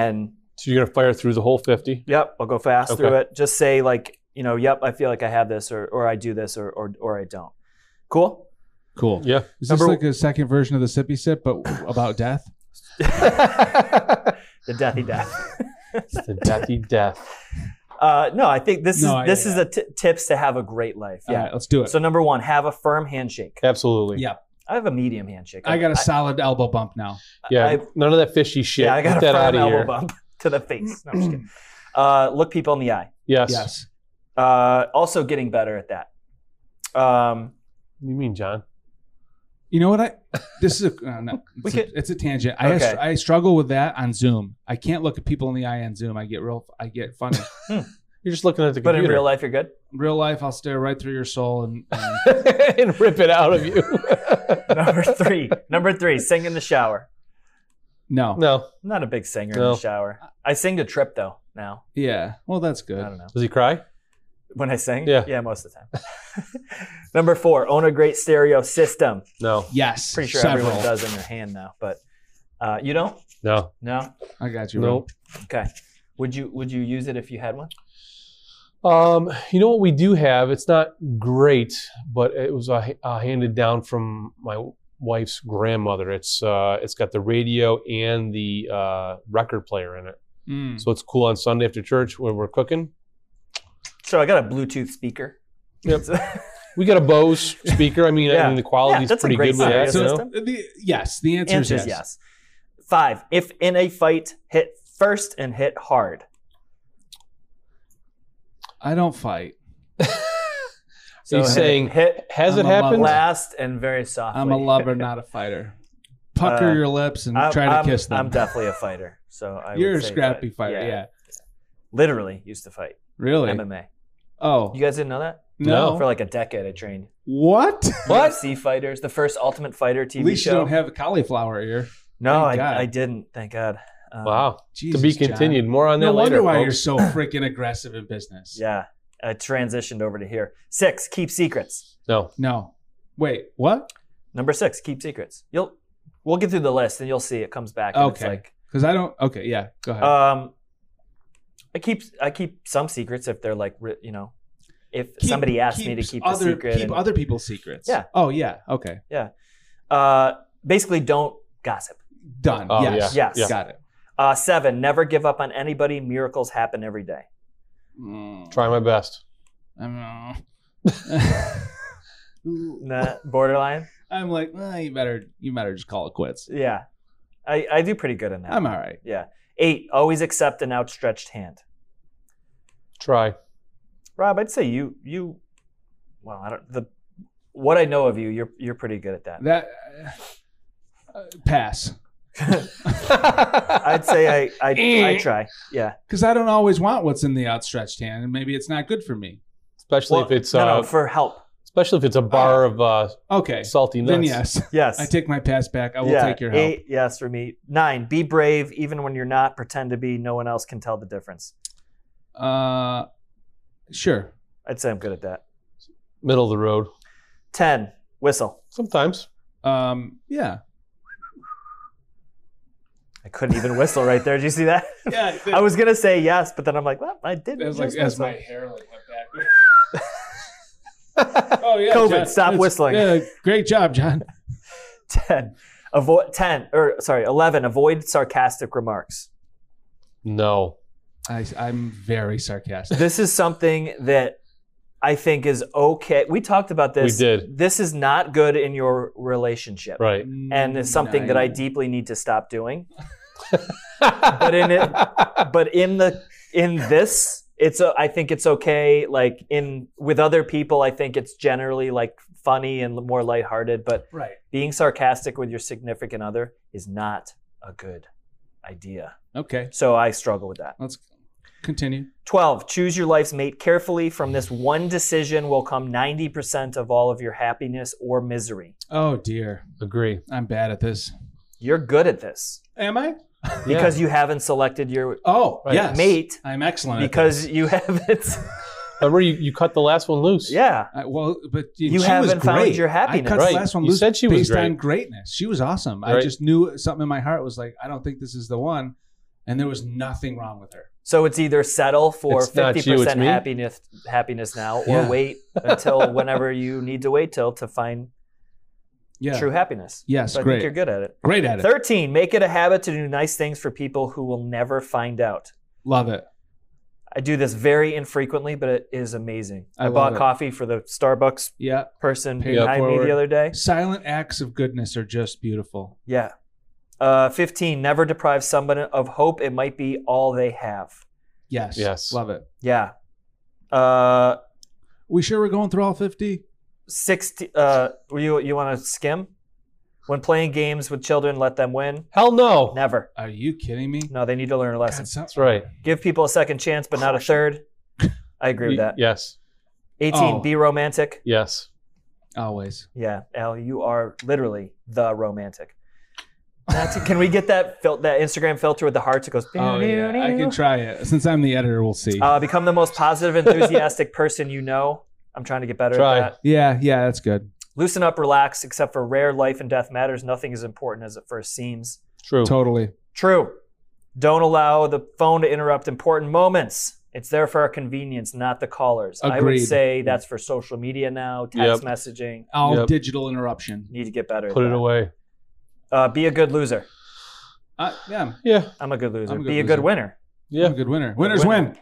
S4: And
S2: so you're gonna fire through the whole fifty.
S4: yep, I'll go fast
S2: Okay.
S4: through it. Just say like you know, yep, I feel like I have this, or or I do this, or or or I don't.
S1: *laughs*
S4: Cool.
S1: Cool.
S2: Yeah.
S1: Is
S4: Number-
S1: this like a second version of the sippy sip, but about death?
S4: the deathy death.
S2: It's the deathy death.
S4: Uh, no, I think this
S1: No,
S4: is
S1: I-
S4: this
S1: yeah,
S4: is a t- tips to have a great life.
S1: All
S4: Yeah.
S1: right, let's do it.
S4: So number one, have a firm handshake.
S2: Absolutely.
S1: Yeah.
S4: I have a medium handshake.
S1: I got a solid elbow bump now.
S2: Yeah,
S4: I-
S2: none of that fishy shit.
S4: Yeah, I got
S2: Get that
S4: a
S2: out
S4: firm
S2: of
S4: elbow
S2: here.
S4: bump *laughs* to the face. No,
S2: *clears throat*
S4: I'm just kidding. Uh, look people in the eye.
S2: Yes.
S1: Yes.
S4: Uh, also getting better at that. Um,
S2: What do you mean, John?
S1: You know what? I this is a, uh,
S4: *laughs*
S1: no,
S4: We
S1: it's,
S4: could-
S1: a, it's a tangent. I,
S4: Okay. *laughs*
S1: I struggle with that on Zoom. I can't look at people in the eye on Zoom. I get real. I get funny.
S4: Hmm.
S2: You're just looking at the
S4: But in
S2: computer
S4: real life,
S2: *laughs*
S4: you're good.
S1: In real life, I'll stare right through your soul and, and
S2: *laughs* and rip it out
S4: *laughs*
S2: of you.
S4: Number three. Number three. Sing in the shower. *laughs*
S1: no.
S2: *laughs* no.
S4: I'm not a big singer in
S2: No.
S4: the shower. I sing to Trip though. Now
S1: Yeah. Well, that's
S4: I
S1: good.
S4: don't know
S2: Does he cry?
S4: when I sing.
S2: Yeah.
S4: Yeah, most of the time. *laughs* Number four. Own a great stereo system.
S2: No.
S1: Yes.
S4: Pretty sure
S1: several.
S4: everyone does in their hand now, but uh, you don't.
S2: No.
S4: No.
S1: I got you. bro.
S2: Nope.
S4: Okay. Would you Would you use it if you had one?
S2: Um, you know what we do have? It's not great, but it was uh, uh, handed down from my wife's grandmother. It's uh, it's got the radio and the uh, record player in it,
S4: Hmm.
S1: Mm.
S2: so it's cool on Sunday after church when we're cooking.
S4: So I got a Bluetooth speaker.
S2: Yep.
S4: So- *laughs*
S2: We got a Bose speaker. I mean, I
S4: Yeah.
S2: mean the quality's
S4: that's a
S2: pretty
S4: great
S2: good with that. You
S4: stereo
S2: know?
S4: system.
S1: The, yes. The answer
S4: Answer
S1: is
S4: is yes. Five. If in a fight, hit first and hit hard.
S1: I don't fight.
S4: So
S2: He's
S4: hit-
S2: saying,
S4: hit
S2: Has
S1: I'm
S2: it
S1: a lover.
S2: happened?
S4: last and very softly.
S1: I'm a
S4: *laughs*
S1: lover, not a fighter. Pucker
S4: Uh,
S1: your lips and
S4: I'm-
S1: try to
S4: I'm-
S1: kiss them.
S4: I'm definitely a fighter. So I
S1: You're
S4: would
S1: a
S4: say
S1: scrappy
S4: that-
S1: fighter. Yeah.
S4: Literally used to fight
S1: Really?
S4: MMA.
S1: oh
S4: You guys didn't know that?
S1: no.
S4: For like a decade, I trained
S1: *laughs* What?
S2: What?
S4: UFC fighters. The first Ultimate Fighter TV
S1: At least
S4: show.
S1: you don't have a cauliflower ear.
S4: no,
S1: Thank God.
S4: I, I didn't. Thank God. Um,
S2: Wow.
S1: Jesus,
S2: to be
S1: John.
S2: continued. More on that
S1: No wonder
S2: later.
S1: why
S2: folks.
S1: you're so freaking aggressive in business.
S4: Yeah, I transitioned over to here. Six. Keep secrets.
S2: No.
S1: No. Wait. What?
S4: Number six. Keep secrets. You'll. We'll get through the list and you'll see it comes back. And It's
S1: Okay.
S4: like
S1: Because I don't. Okay. Yeah. Go ahead.
S4: Um, I keep I keep some secrets if they're like re- you know, if
S1: Keep-
S4: somebody asks me to
S1: keeps
S4: keep
S1: other,
S4: a secret.
S1: Keep
S4: and-
S1: other people's secrets.
S4: Yeah.
S1: Oh yeah. Okay.
S4: uh, basically, don't gossip.
S1: Done.
S2: Oh,
S1: yes.
S4: yeah. Yes. Yeah.
S1: Got it.
S4: Uh, seven. Never give up on anybody. Miracles happen every day.
S1: Mm,
S2: Try my best.
S1: I
S4: *laughs*
S1: don't know. *laughs*
S4: Nah, borderline.
S1: I'm like, well, you better, you better just call it quits.
S4: Yeah, I, I do pretty good in that.
S1: I'm all right.
S4: yeah. Eight. Always accept an outstretched hand.
S1: *laughs*
S2: Try.
S4: Rob, I'd say you you. Well, I don't the. What I know of you, you're you're pretty good at that.
S1: That uh, pass
S4: I'd say I I,
S1: Eh.
S4: I try. Yeah.
S1: because I don't always want what's in the outstretched hand, and maybe it's not good for me.
S2: especially
S4: Well,
S2: if it's
S4: no,
S2: uh,
S4: no, for help.
S2: especially if it's a bar of uh,
S1: Okay,
S2: salty nuts.
S1: then yes,
S4: Yes.
S1: I take my pass back. I will take your help.
S4: Eight, yes, for me. Nine, be brave even when you're not. Pretend to be. No one else can tell the difference.
S1: Uh, sure.
S4: I'd say I'm good at that.
S2: Middle of the road.
S4: Ten, whistle.
S2: Sometimes.
S1: Um, yeah.
S4: I couldn't even whistle right there. Did you see that?
S1: *laughs* Yeah.
S4: I was gonna say yes, but then I'm like, well, I didn't.
S1: It was like
S4: just
S1: as
S4: whistle.
S1: my hair like went back. *laughs* oh yeah.
S4: COVID,
S1: John.
S4: stop whistling.
S1: Yeah, great job, John.
S4: *laughs* ten. Avoid ten or sorry, eleven. Avoid sarcastic remarks.
S2: No.
S1: I, I'm very sarcastic.
S4: This is something that I think is okay. We talked about this.
S2: We did.
S4: This is not good in your relationship,
S2: Right.
S1: Mm.
S4: and it's something that I
S1: Nine.
S4: deeply need to
S2: *laughs*
S4: stop doing.
S2: but
S4: in it- but in the in this it's uh, i think it's okay like in with other people i think it's generally like funny and more lighthearted but
S1: Right.
S4: being sarcastic with your significant other is not a good idea
S1: Okay.
S4: so i struggle with that
S1: Let's continue.
S4: 12 choose your life's mate carefully from this one decision will come 90% of all of your happiness or misery
S1: Oh dear,
S2: agree.
S1: I'm bad at this.
S4: you're good at this
S1: Am I?
S4: because you haven't selected your
S1: Oh
S2: Right.
S1: yes.
S4: mate
S1: I'm excellent. at
S4: because you haven't *laughs*
S2: Yeah. remember you, you cut the last one loose.
S4: yeah
S1: I, Uh, well, but
S4: You
S1: she was
S4: haven't found
S1: great.
S4: your
S1: I
S4: happiness.
S1: cut
S2: Right.
S1: the last one
S2: You
S1: loose
S2: said she was
S1: based
S2: great.
S1: on greatness. She was awesome. I
S2: Right.
S1: just knew something in my heart was like, I don't think this is the one, and there was nothing wrong with her.
S4: So it's either settle for
S2: It's not
S4: fifty
S2: you, it's
S4: percent
S2: me.
S4: happiness happiness now, or
S1: Yeah.
S4: wait until whenever you need to wait till to find
S1: Yeah.
S4: true happiness.
S1: Yes,
S4: So I think you're
S1: great.
S4: good at it.
S1: Great at it.
S4: Thirteen, make it a habit to do nice things for people who will never find out.
S1: Love it.
S4: I do this very infrequently, but it is amazing.
S1: I
S4: I, bought
S1: love it.
S4: coffee for the Starbucks
S1: Yeah.
S4: person
S1: Pay it
S4: behind me
S1: forward.
S4: the other day.
S1: Silent acts of goodness are just beautiful.
S4: Yeah. Uh, Fifteen, never deprive someone of hope. It might be all they have.
S1: Yes.
S2: Yes.
S1: Love it.
S4: Yeah. Uh,
S1: We sure we're going through all fifty.
S4: 60 uh you you want to skim when playing games with children let them win
S2: Hell no.
S4: never
S1: Are you kidding me?
S4: no they need to learn a lesson
S1: God, so-
S2: That's right.
S4: give people a second chance but not a third I agree with that.
S2: Yes.
S4: 18,
S1: Oh.
S4: be romantic.
S2: Yes.
S1: Always.
S4: Yeah, Al, you are literally the romantic. That's, can we get that fil- that Instagram filter with the hearts? It goes.
S1: Oh yeah, I can try it. Since I'm the editor, we'll see.
S4: uh, become the most positive, enthusiastic person you know. I'm trying to get better
S2: Try.
S4: at that.
S1: yeah, yeah, that's good.
S4: Loosen up, relax. Except for rare life and death matters, nothing is important as it first seems.
S2: True.
S1: Totally.
S4: True. Don't allow the phone to interrupt important moments. It's there for our convenience, not the callers. I would
S1: Agreed.
S4: say that's for social media now, text messaging.
S1: All
S2: Yep.
S1: digital interruption.
S4: Need to get better. at
S2: Put it
S4: that.
S2: away.
S4: Uh, be a good loser.
S1: Uh, yeah,
S2: Yeah.
S4: I'm a good loser.
S1: I'm a good
S4: be a
S1: loser.
S4: good winner.
S1: yeah.
S2: Yeah.
S1: good winner. Winners
S4: winner.
S1: win.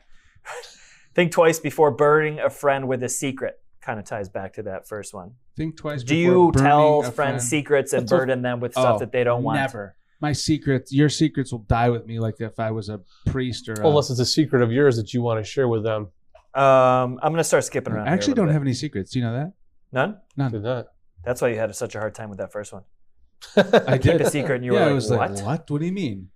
S4: Think twice before burning a friend with a secret. Kind of ties back to that first one.
S1: Think twice.
S4: Do
S1: before
S4: you
S1: burning
S4: tell
S1: a
S4: friends
S1: friend.
S4: secrets and
S2: That's a-
S4: burden them with stuff
S1: Oh,
S4: that they don't want?
S1: Never. My secrets, your secrets will die with me like if I was a priest or a,
S2: Unless it's a secret of yours that you want to share with them.
S4: Um, I'm gonna start skipping around.
S1: I actually
S4: here a
S1: don't
S4: little
S1: have any secrets. Do you know that?
S4: bit. none.
S2: Did not.
S4: That's why you had such a hard time with that first one.
S1: *laughs* I
S4: Keep
S1: did.
S4: a secret, and you
S1: yeah,
S4: were
S1: I
S4: like,
S1: was
S4: "What?"
S1: like, what? What do you mean?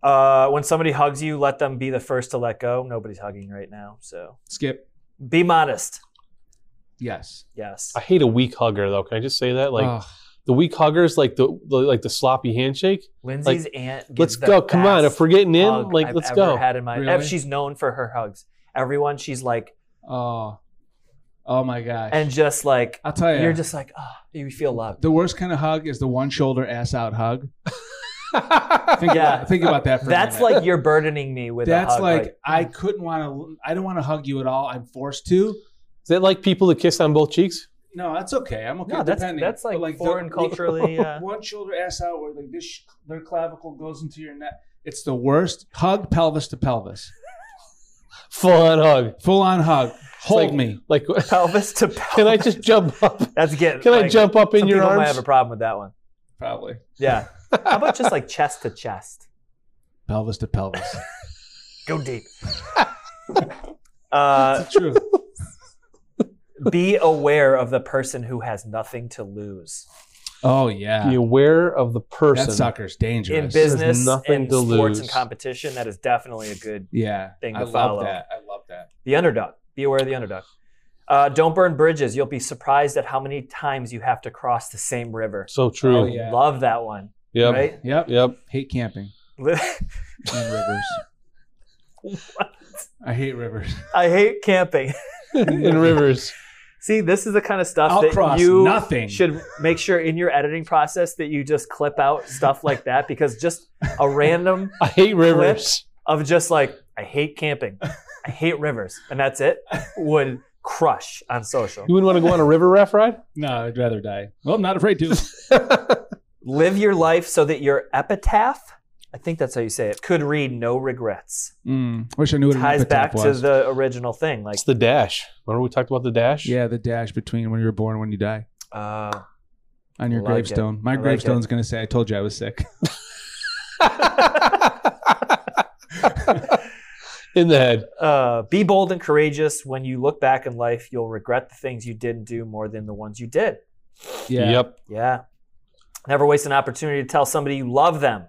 S4: Uh, when somebody hugs you, let them be the first to let go. Nobody's hugging right now, so
S1: Skip.
S4: be modest.
S1: Yes.
S4: Yes.
S2: I hate a weak hugger though. Can I just say that? Like
S1: Ugh.
S2: the weak huggers, like the, the like the sloppy handshake.
S4: Lindsay's aunt. Gives
S2: Let's
S4: the
S2: go. Come on.
S4: best
S2: If we're getting in,
S4: hug
S2: like
S4: I've
S2: let's
S4: ever
S2: go.
S4: Had in my,
S1: Really?
S4: She's known for her hugs. Everyone, she's like,
S1: oh, oh my gosh.
S4: and just like
S1: I'll tell you,
S4: you're just like, ah, you feel loved.
S1: the worst kind of hug is the one shoulder ass out hug. Think,
S4: Yeah.
S1: about, think about that for
S4: That's
S1: a minute.
S4: like you're burdening me with. a
S1: That's
S4: hug,
S1: like, I couldn't want to. I don't want to hug you at all. I'm forced to.
S2: *laughs* Is that like people that kiss on both cheeks?
S1: No, that's okay. I'm okay.
S4: no, that's
S1: depending.
S4: that's like,
S1: But, the- *laughs*
S4: foreign
S1: the-
S4: culturally. Uh,
S1: one shoulder ass out where like this sh- their clavicle goes into your neck. It's the worst. Hug pelvis to pelvis.
S2: Full on hug.
S1: Full on hug. Hold
S2: like-
S1: me.
S2: Like *laughs*
S4: pelvis to pelvis.
S2: can I just jump
S4: *laughs*
S2: up?
S4: That's getting.
S2: Can I
S4: like,
S2: jump up in
S4: some
S2: your
S4: people might have
S2: arms?
S4: a problem with that one.
S1: Probably.
S4: Yeah. How about just like chest to chest?
S1: Pelvis to pelvis.
S4: Go deep. Uh,
S1: That's true.
S4: be aware of the person who has nothing to lose
S1: *laughs* Oh yeah.
S2: Be aware of the person.
S1: that sucker's dangerous.
S4: in business,
S2: nothing
S4: in
S2: to
S4: sports, and
S2: lose.
S4: competition. That is definitely a good
S1: Yeah.
S4: Thing
S1: I
S4: to
S1: love
S4: follow.
S1: that. I love that.
S4: the underdog. Be aware of the underdog. Uh, don't burn bridges. You'll be surprised at how many times you have to cross the same river.
S2: So true.
S1: Oh, yeah.
S4: Love that one,
S2: Yep.
S4: right?
S1: Yep.
S2: Yep. *laughs*
S1: Hate camping and rivers. I hate rivers.
S4: *laughs* I hate camping. *laughs*
S2: in rivers.
S4: See, this is the kind of stuff
S1: I'll
S4: that
S1: cross
S4: you
S1: nothing.
S4: should make sure in your editing process that you just clip out stuff like that because just a random
S2: I hate rivers.
S4: of just like I hate camping, I hate rivers, and that's it would crush on social.
S2: You wouldn't want to go on a river raft ride?
S1: No, I'd rather die. Well, I'm not afraid
S4: *laughs*
S1: to.
S4: Live your life so that your epitaph, I think that's how you say it, could read no regrets.
S1: Mm, wish I knew what an
S4: Ties
S1: epitaph
S4: back to
S1: was.
S4: the original thing, like
S2: it's the dash. Remember we talked about the dash?
S1: yeah, the dash between when you were born and when you die.
S4: uh,
S1: on your
S4: Like it.
S1: gravestone. My
S4: I like
S1: gravestone's gonna say, "I told you I was sick."
S2: *laughs*
S1: *laughs*
S2: in the head.
S4: uh, be bold and courageous. When you look back in life, you'll regret the things you didn't do more than the ones you did.
S1: Yeah.
S2: Yep.
S4: Yeah. Never waste an opportunity to tell somebody you love them.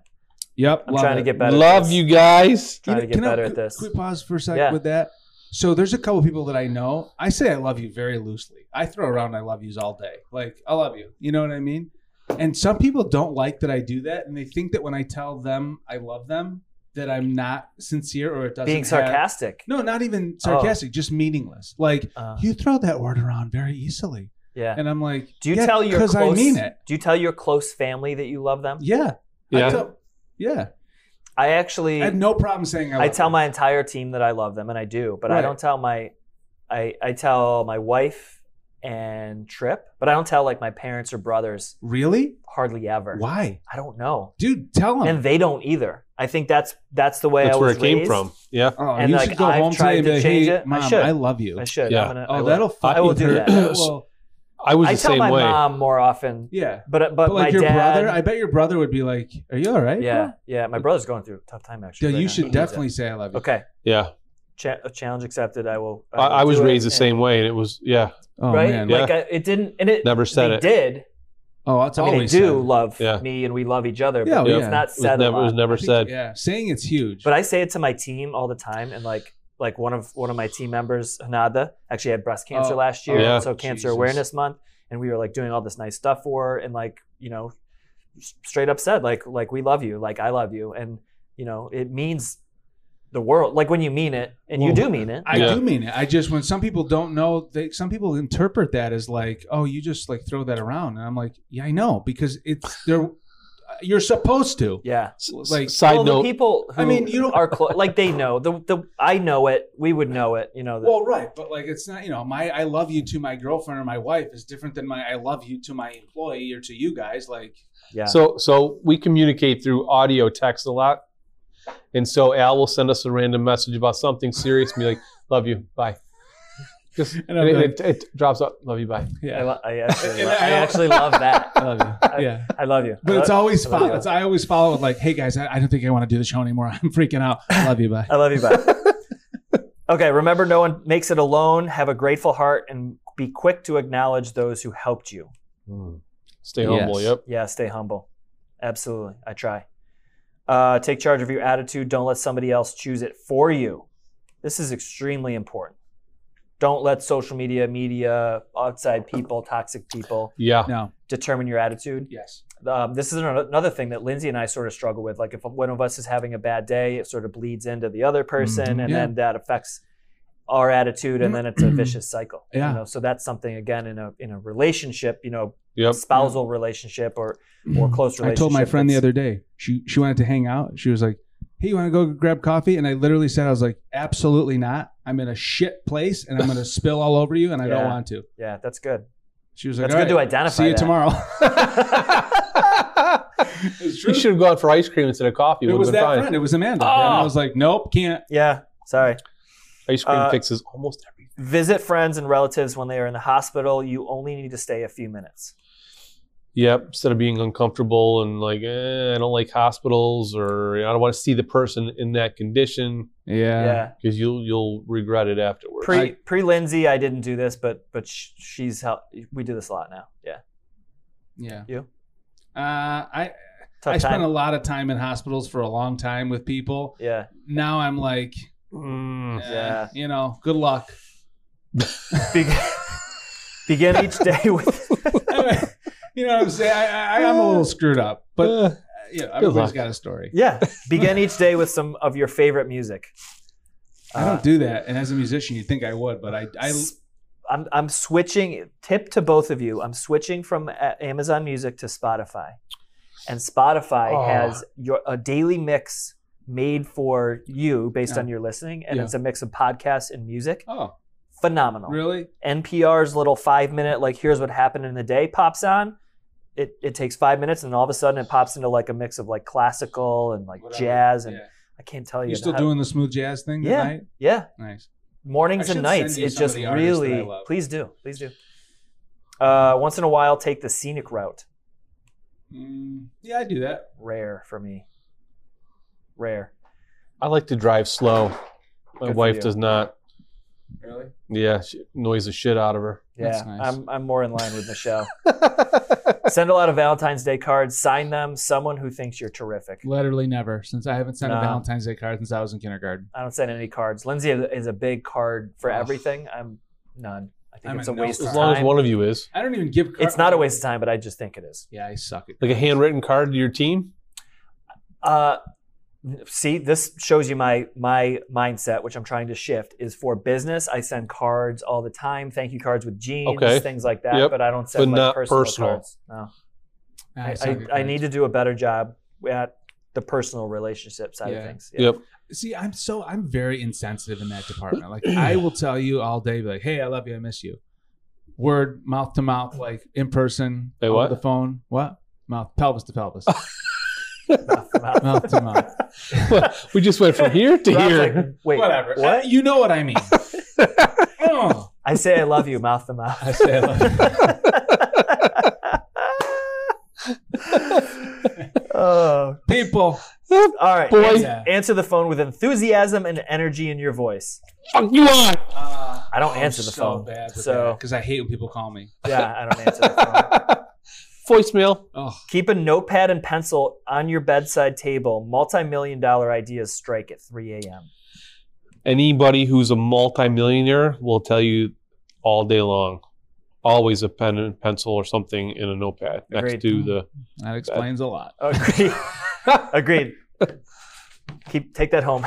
S1: Yep.
S4: I'm
S1: love
S4: trying
S1: it.
S4: to get better. at
S2: Love
S4: this.
S2: you guys.
S4: Trying to
S1: You know,
S4: get
S1: can I-
S4: better at
S1: could-
S4: this.
S1: Could we pause for a second
S4: Yeah.
S1: with that? So there's a couple people that I know. I say I love you very loosely. I throw around I love yous all day. Like I love you. You know what I mean? And some people don't like that I do that, and they think that when I tell them I love them, that I'm not sincere or it doesn't
S4: Being
S1: have-
S4: sarcastic.
S1: no, not even sarcastic. Just meaningless. Like
S4: Oh. Uh,
S1: you throw that word around very easily,
S4: yeah.
S1: and I'm like,
S4: Do you
S1: yeah,
S4: tell your close?
S1: I mean it.
S4: Do you tell your close family that you love them?
S1: Yeah. I
S2: Yeah.
S1: tell- yeah.
S4: I actually,
S1: I had no problem saying I.
S4: I
S1: love
S4: tell
S1: you.
S4: my entire team that I love them, and I do. But I
S1: Right.
S4: don't tell my, I I tell my wife and Trip, but I don't tell like my parents or brothers
S1: Really?
S4: hardly ever.
S1: Why?
S4: I don't know,
S1: Dude, tell him.
S4: and they don't either. I think that's that's the way
S2: That's
S4: I
S2: where
S4: was
S2: it came
S4: raised.
S2: from. Yeah.
S1: oh,
S4: and,
S1: you
S4: like,
S1: should go
S4: I've
S1: home
S4: tried
S1: today and
S4: to
S1: be like,
S4: change
S1: hey,
S4: it. I
S1: mom,
S4: should.
S1: I, love you.
S4: I should.
S2: Yeah.
S4: I'm gonna, I
S1: oh,
S4: will.
S1: that'll fucking
S4: I will
S1: *laughs*
S4: do
S1: hurt.
S4: that.
S1: well,
S2: I was
S4: I
S2: the
S4: tell
S2: same
S4: my
S2: way.
S4: mom more often,
S1: yeah.
S4: but but,
S1: But, like
S4: my
S1: your
S4: dad.
S1: brother, I bet your brother would be like, are you all right?
S4: yeah,
S1: bro?
S4: yeah. My brother's going through a tough time actually.
S1: Yeah,
S4: right
S1: you
S4: now. He
S1: should
S4: needs it.
S1: definitely say I love you.
S4: Okay,
S2: Yeah.
S4: Cha- challenge accepted. I will.
S2: I, I
S4: will
S2: was
S4: do it.
S2: raised the
S4: And-
S2: same way and it was yeah.
S1: Oh,
S4: right?
S1: man.
S2: Yeah.
S4: Like I, it didn't, and it
S2: Never said
S4: they
S2: it.
S4: did.
S1: Oh, that's
S4: I mean, they
S1: always
S4: do
S1: said.
S4: love
S2: Yeah.
S4: me, and we love each other. But
S1: Yeah,
S4: it's
S1: yeah.
S4: not
S2: It was
S4: said a
S2: never it
S4: lot.
S2: was never
S1: I think-
S2: said.
S1: Yeah. Saying it's huge.
S4: But I say it to my team all the time, and like like one of one of my team members, Hanada, actually had breast cancer
S1: Oh,
S4: last year,
S2: yeah.
S4: so Cancer
S1: Jesus.
S4: Awareness Month, and we were like doing all this nice stuff for her, and like you know, s- straight up said like like we love you, like I love you, and you know it means the world. Like when you mean it, and you
S1: Well,
S4: do mean it.
S1: I
S2: Yeah.
S1: do mean it. I just when some people don't know, they some people interpret that as like, oh, you just like throw that around, and I'm like, yeah, I know because it's they're you're supposed to.
S4: yeah.
S1: Like-
S2: Like, side
S4: well,
S2: note.
S4: the people who
S1: I mean, you don't.
S4: are clo- like they know the the I know it. We would know it. You know. The,
S1: well, right, but like it's not you know my I love you to my girlfriend or my wife is different than my I love you to my employee or to you guys. Like
S4: *laughs* yeah.
S2: So so we communicate through audio text a lot. And so Al will send us a random message about something serious and be like, love you,
S1: *laughs*
S2: bye. Just,
S1: And
S2: and
S1: I'll be
S2: it,
S1: like-
S2: it, it drops up, love you, bye.
S4: I,
S1: yeah,
S4: lo-
S1: *laughs*
S4: I, actually
S1: And
S4: lo-
S1: I
S4: I
S1: don't-
S4: actually love that.
S1: I love
S2: *laughs*
S1: you. *laughs* Yeah.
S4: I love you.
S1: But
S4: I,
S1: it's
S4: lo-
S1: always
S4: I love
S1: follow.
S4: you.
S1: It's, I always follow it like, "Hey guys, I, I don't think I want to do the show anymore. *laughs* I'm freaking out. I love you, bye."
S4: I love you, bye. okay. Remember, no one makes it alone. Have a grateful heart and be quick to acknowledge those who helped you.
S2: Hmm. Stay
S1: Yes.
S2: humble, yep.
S4: Yeah. Stay humble. Absolutely. I try. Uh, take charge of your attitude. Don't let somebody else choose it for you. This is extremely important. Don't let social media, media, outside people, toxic people
S2: Yeah.
S1: No.
S4: determine your attitude.
S1: Yes.
S4: um, this is an- another thing that Lindsay and I sort of struggle with. Like if one of us is having a bad day, it sort of bleeds into the other person,
S1: Mhm.
S4: and
S1: Yeah.
S4: then that affects our attitude, and then it's a vicious cycle.
S1: Yeah.
S4: You know, so that's something again in a in a relationship, you know,
S2: Yep.
S4: spousal relationship or or close
S1: I
S4: relationship.
S1: told my friend the
S4: that's-
S1: other day. She she wanted to hang out. She was like, "Hey, you want to go grab coffee?" And I literally said, "I was like, absolutely not. I'm in a shit place, and I'm
S4: *laughs*
S1: going to spill all over you, and I don't
S4: Yeah.
S1: want to."
S4: Yeah, that's good.
S1: She was like,
S4: That's
S1: "All
S4: good to
S1: right,
S4: identify.
S1: see you
S4: that.
S1: tomorrow." *laughs* it's
S2: You should have gone for ice cream instead of
S1: *laughs*
S2: coffee.
S1: It
S2: Would
S1: was
S2: have
S1: that
S2: been fine.
S1: friend. It was Amanda.
S4: Oh.
S1: And I was like, "Nope, can't."
S4: Yeah. Sorry.
S2: Ice cream
S4: Uh,
S2: fixes almost everything.
S4: Visit friends and relatives when they are in the hospital. You only need to stay a few minutes.
S2: Yep. Instead of being uncomfortable and like, eh, I don't like hospitals or I don't want to see the person in that condition
S1: Yeah.
S4: yeah.
S2: because you'll you'll regret it afterwards.
S4: pre
S2: I-
S4: pre Lindsay, I didn't do this, but but sh- she's how we do this a lot now. Yeah,
S1: Yeah.
S4: You?
S1: Uh, I
S4: tough
S1: I spent
S4: time.
S1: a lot of time in hospitals for a long time with people.
S4: yeah,
S1: Now I'm like,
S2: Mm.
S1: eh,
S4: Yeah.
S1: you know, good luck.
S4: Be- *laughs* begin each day with.
S1: you know what I'm saying? I, I, I'm a little screwed up, but uh,
S2: Eh.
S1: yeah, everybody's
S2: luck.
S1: got a story.
S4: yeah, begin each day with some of your favorite music.
S1: I
S4: Uh,
S1: don't do that, and as a musician, you'd think I would, but I, I
S4: s- I'm I'm switching. Tip to both of you. I'm switching from A- Amazon Music to Spotify, and Spotify
S2: Oh.
S4: has your a daily mix made for you based
S1: Yeah.
S4: on your listening, and
S1: Yeah.
S4: it's a mix of podcasts and music.
S1: oh,
S4: Phenomenal.
S1: really?
S4: NPR's little five minute, like, here's what happened in the day pops on. It, it takes five minutes, and all of a sudden it pops into like a mix of like classical and like
S1: Whatever.
S4: jazz. And
S1: Yeah.
S4: I can't tell you.
S1: You're still
S4: how-
S1: doing the smooth jazz thing
S4: Yeah.
S1: tonight?
S4: Yeah.
S1: Nice.
S4: Mornings
S1: I
S4: and
S1: should
S4: nights.
S1: send you
S4: It
S1: some of
S4: just
S1: the artists that I
S4: really.
S1: love.
S4: Please do. Please do. Uh, once in a while, take the scenic route.
S1: Mm, yeah, I do that.
S4: Rare for me. Rare.
S2: I like to drive slow. My
S4: Good for
S2: wife
S4: you.
S2: does not.
S1: Really?
S2: Yeah, she annoys the shit out of her.
S4: Yeah.
S1: That's nice.
S4: I'm, I'm more in line
S1: *laughs*
S4: with Michelle. Send a lot of Valentine's Day cards, sign them. Someone who thinks you're terrific.
S1: Literally never, since I haven't sent
S4: No.
S1: a Valentine's Day card since I was in kindergarten.
S4: I don't send any cards. Lindsay is- is a big card for
S1: Ugh.
S4: everything. I'm none. I think
S1: I'm
S4: it's
S1: a
S4: a
S1: no
S4: waste
S1: card.
S4: of
S2: As long
S4: time.
S2: as one of you is.
S1: I don't even give. Card-
S4: it's not a waste of time, but I just think it is.
S1: Yeah, I suck at
S2: Like a handwritten card to your team?
S4: Uh, see, this shows you my my mindset, which I'm trying to shift. Is for business, I send cards all the time, thank you cards with jeans,
S2: Okay.
S4: things like that.
S2: Yep.
S4: But I don't
S2: But
S4: send like
S2: not
S4: personal,
S2: personal.
S4: cards. No. I,
S1: suck at
S4: I, I
S1: cards.
S4: need to do a better job at the personal relationship side of
S1: Yeah.
S4: things.
S2: Yep.
S1: See, I'm so I'm very insensitive in that department. Like
S4: *clears throat*
S1: I will tell you all day, be like, "Hey, I love you, I miss you." Word, mouth to mouth, like in person,
S2: Wait,
S1: over
S2: what?
S1: the phone, what? Mouth, pelvis to pelvis,
S4: Mouth to mouth. *laughs*
S1: mouth to mouth.
S2: *laughs* we just went from here to
S4: Rob's
S2: here.
S4: like, Wait,
S1: Whatever.
S4: Uh, What?
S1: You know what I mean? oh,
S4: I say I love you, mouth to mouth.
S1: I say I love you.
S4: *laughs*
S2: *laughs*
S4: oh.
S1: *laughs* people.
S4: All right.
S2: Boy.
S4: Answer, answer the phone with enthusiasm and energy in your voice.
S2: Fuck you on.
S1: Uh,
S4: I don't answer the
S1: so
S4: phone.
S1: Bad
S4: So-
S1: because I hate when people call me.
S4: Yeah, I don't answer the
S1: *laughs*
S4: phone.
S2: Voicemail.
S1: Oh,
S4: Keep a notepad and pencil on your bedside table. Multi million dollar ideas strike at 3 a.m.
S2: Anybody who's a multimillionaire will tell you all day long, always a pen and pencil or something in a notepad next
S4: Agreed.
S2: to the.
S4: uh,
S1: That explains a lot. *laughs*
S4: Agreed. Agreed. Keep take
S1: *laughs*
S4: that home.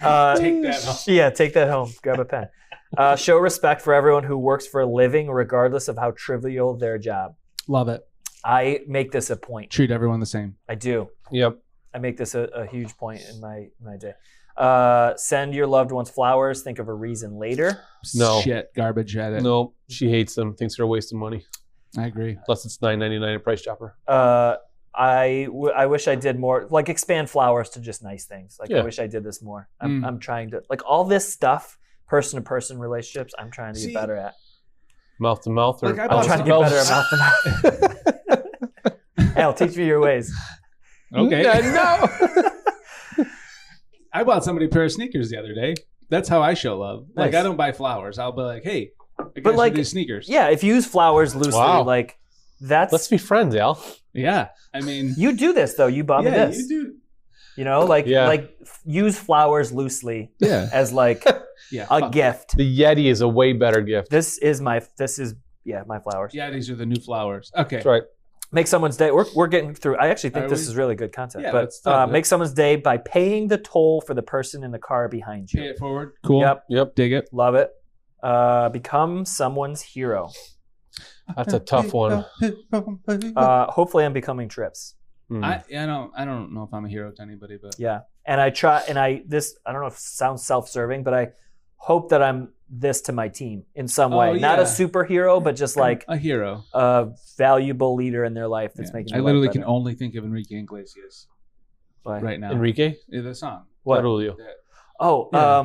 S4: uh,
S1: Take that home.
S4: Yeah, take that home. Grab a pen. Uh, show respect for everyone who works for a living, regardless of how trivial their job.
S1: Love it.
S4: I make this a point.
S1: Treat everyone the same.
S4: I do.
S2: Yep.
S4: I make this a, a huge point in my my day. Uh, send your loved ones flowers. Think of a reason later.
S2: No.
S1: Shit, garbage at it.
S2: No, she hates them. Thinks they're a waste of money.
S1: I agree.
S2: Plus, it's nine ninety nine at Price Chopper.
S4: uh, I, w- I wish I did more, like expand flowers to just nice things. Like, I
S2: Yeah.
S4: wish I did this more. I'm,
S1: Mm.
S4: I'm trying to, like, all this stuff, person to person relationships, I'm trying to
S1: See,
S4: get better at.
S2: Mouth to mouth, or
S1: Like, I
S4: I'm
S1: bought
S4: trying to get better at mouth to mouth. Hey, I'll teach you your ways.
S1: Okay.
S2: Yeah, no.
S1: I bought somebody a pair of sneakers the other day. That's how I show love. Like
S4: Nice.
S1: I don't buy flowers. I'll be like, hey, I got you
S4: like-
S1: these sneakers.
S4: Yeah, if you use flowers loosely,
S2: Wow.
S4: like, that's,
S2: Let's be friends, Al.
S1: Yeah. I mean,
S4: you do this though. You bought
S1: yeah,
S4: me this.
S1: you
S4: You,
S1: do.
S4: know, like,
S2: Yeah.
S4: like f- use flowers loosely
S1: Yeah. *laughs*
S4: as like
S1: Yeah.
S4: a
S1: fuck.
S4: gift.
S2: The Yeti is a way better gift.
S4: This is my, this is, yeah, my flowers.
S1: Yeah, these are the new flowers. Okay.
S2: That's right.
S4: make someone's day. We're, we're getting through. I actually think
S1: Are
S4: this
S1: we?
S4: is really good content.
S1: Yeah,
S4: but
S1: let's do
S4: uh,
S1: it.
S4: make someone's day by paying the toll for the person in the car behind
S1: Pay
S4: you.
S1: it forward. Cool.
S4: Yep,
S2: Yep.
S1: Dig it.
S4: love it. Uh, become someone's hero.
S2: That's a
S1: *laughs*
S2: tough one.
S4: Uh, hopefully, I'm becoming trips.
S2: Hmm.
S1: I, I don't I don't know if I'm a hero to anybody, but
S4: Yeah, and I try. And I this I don't know if it sounds self-serving, but I hope that I'm this to my team in some
S1: Oh,
S4: way. Not a
S1: yeah.
S4: superhero, but just like
S1: a hero.
S4: a valuable leader in their life that's
S1: Yeah.
S4: making.
S1: I
S4: their life
S1: literally can
S4: better.
S1: only think of Enrique Iglesias
S4: Like,
S1: right now.
S2: Enrique,
S1: Yeah, the *laughs* song.
S4: What?
S2: Aurelio.
S4: Oh,
S1: Yeah.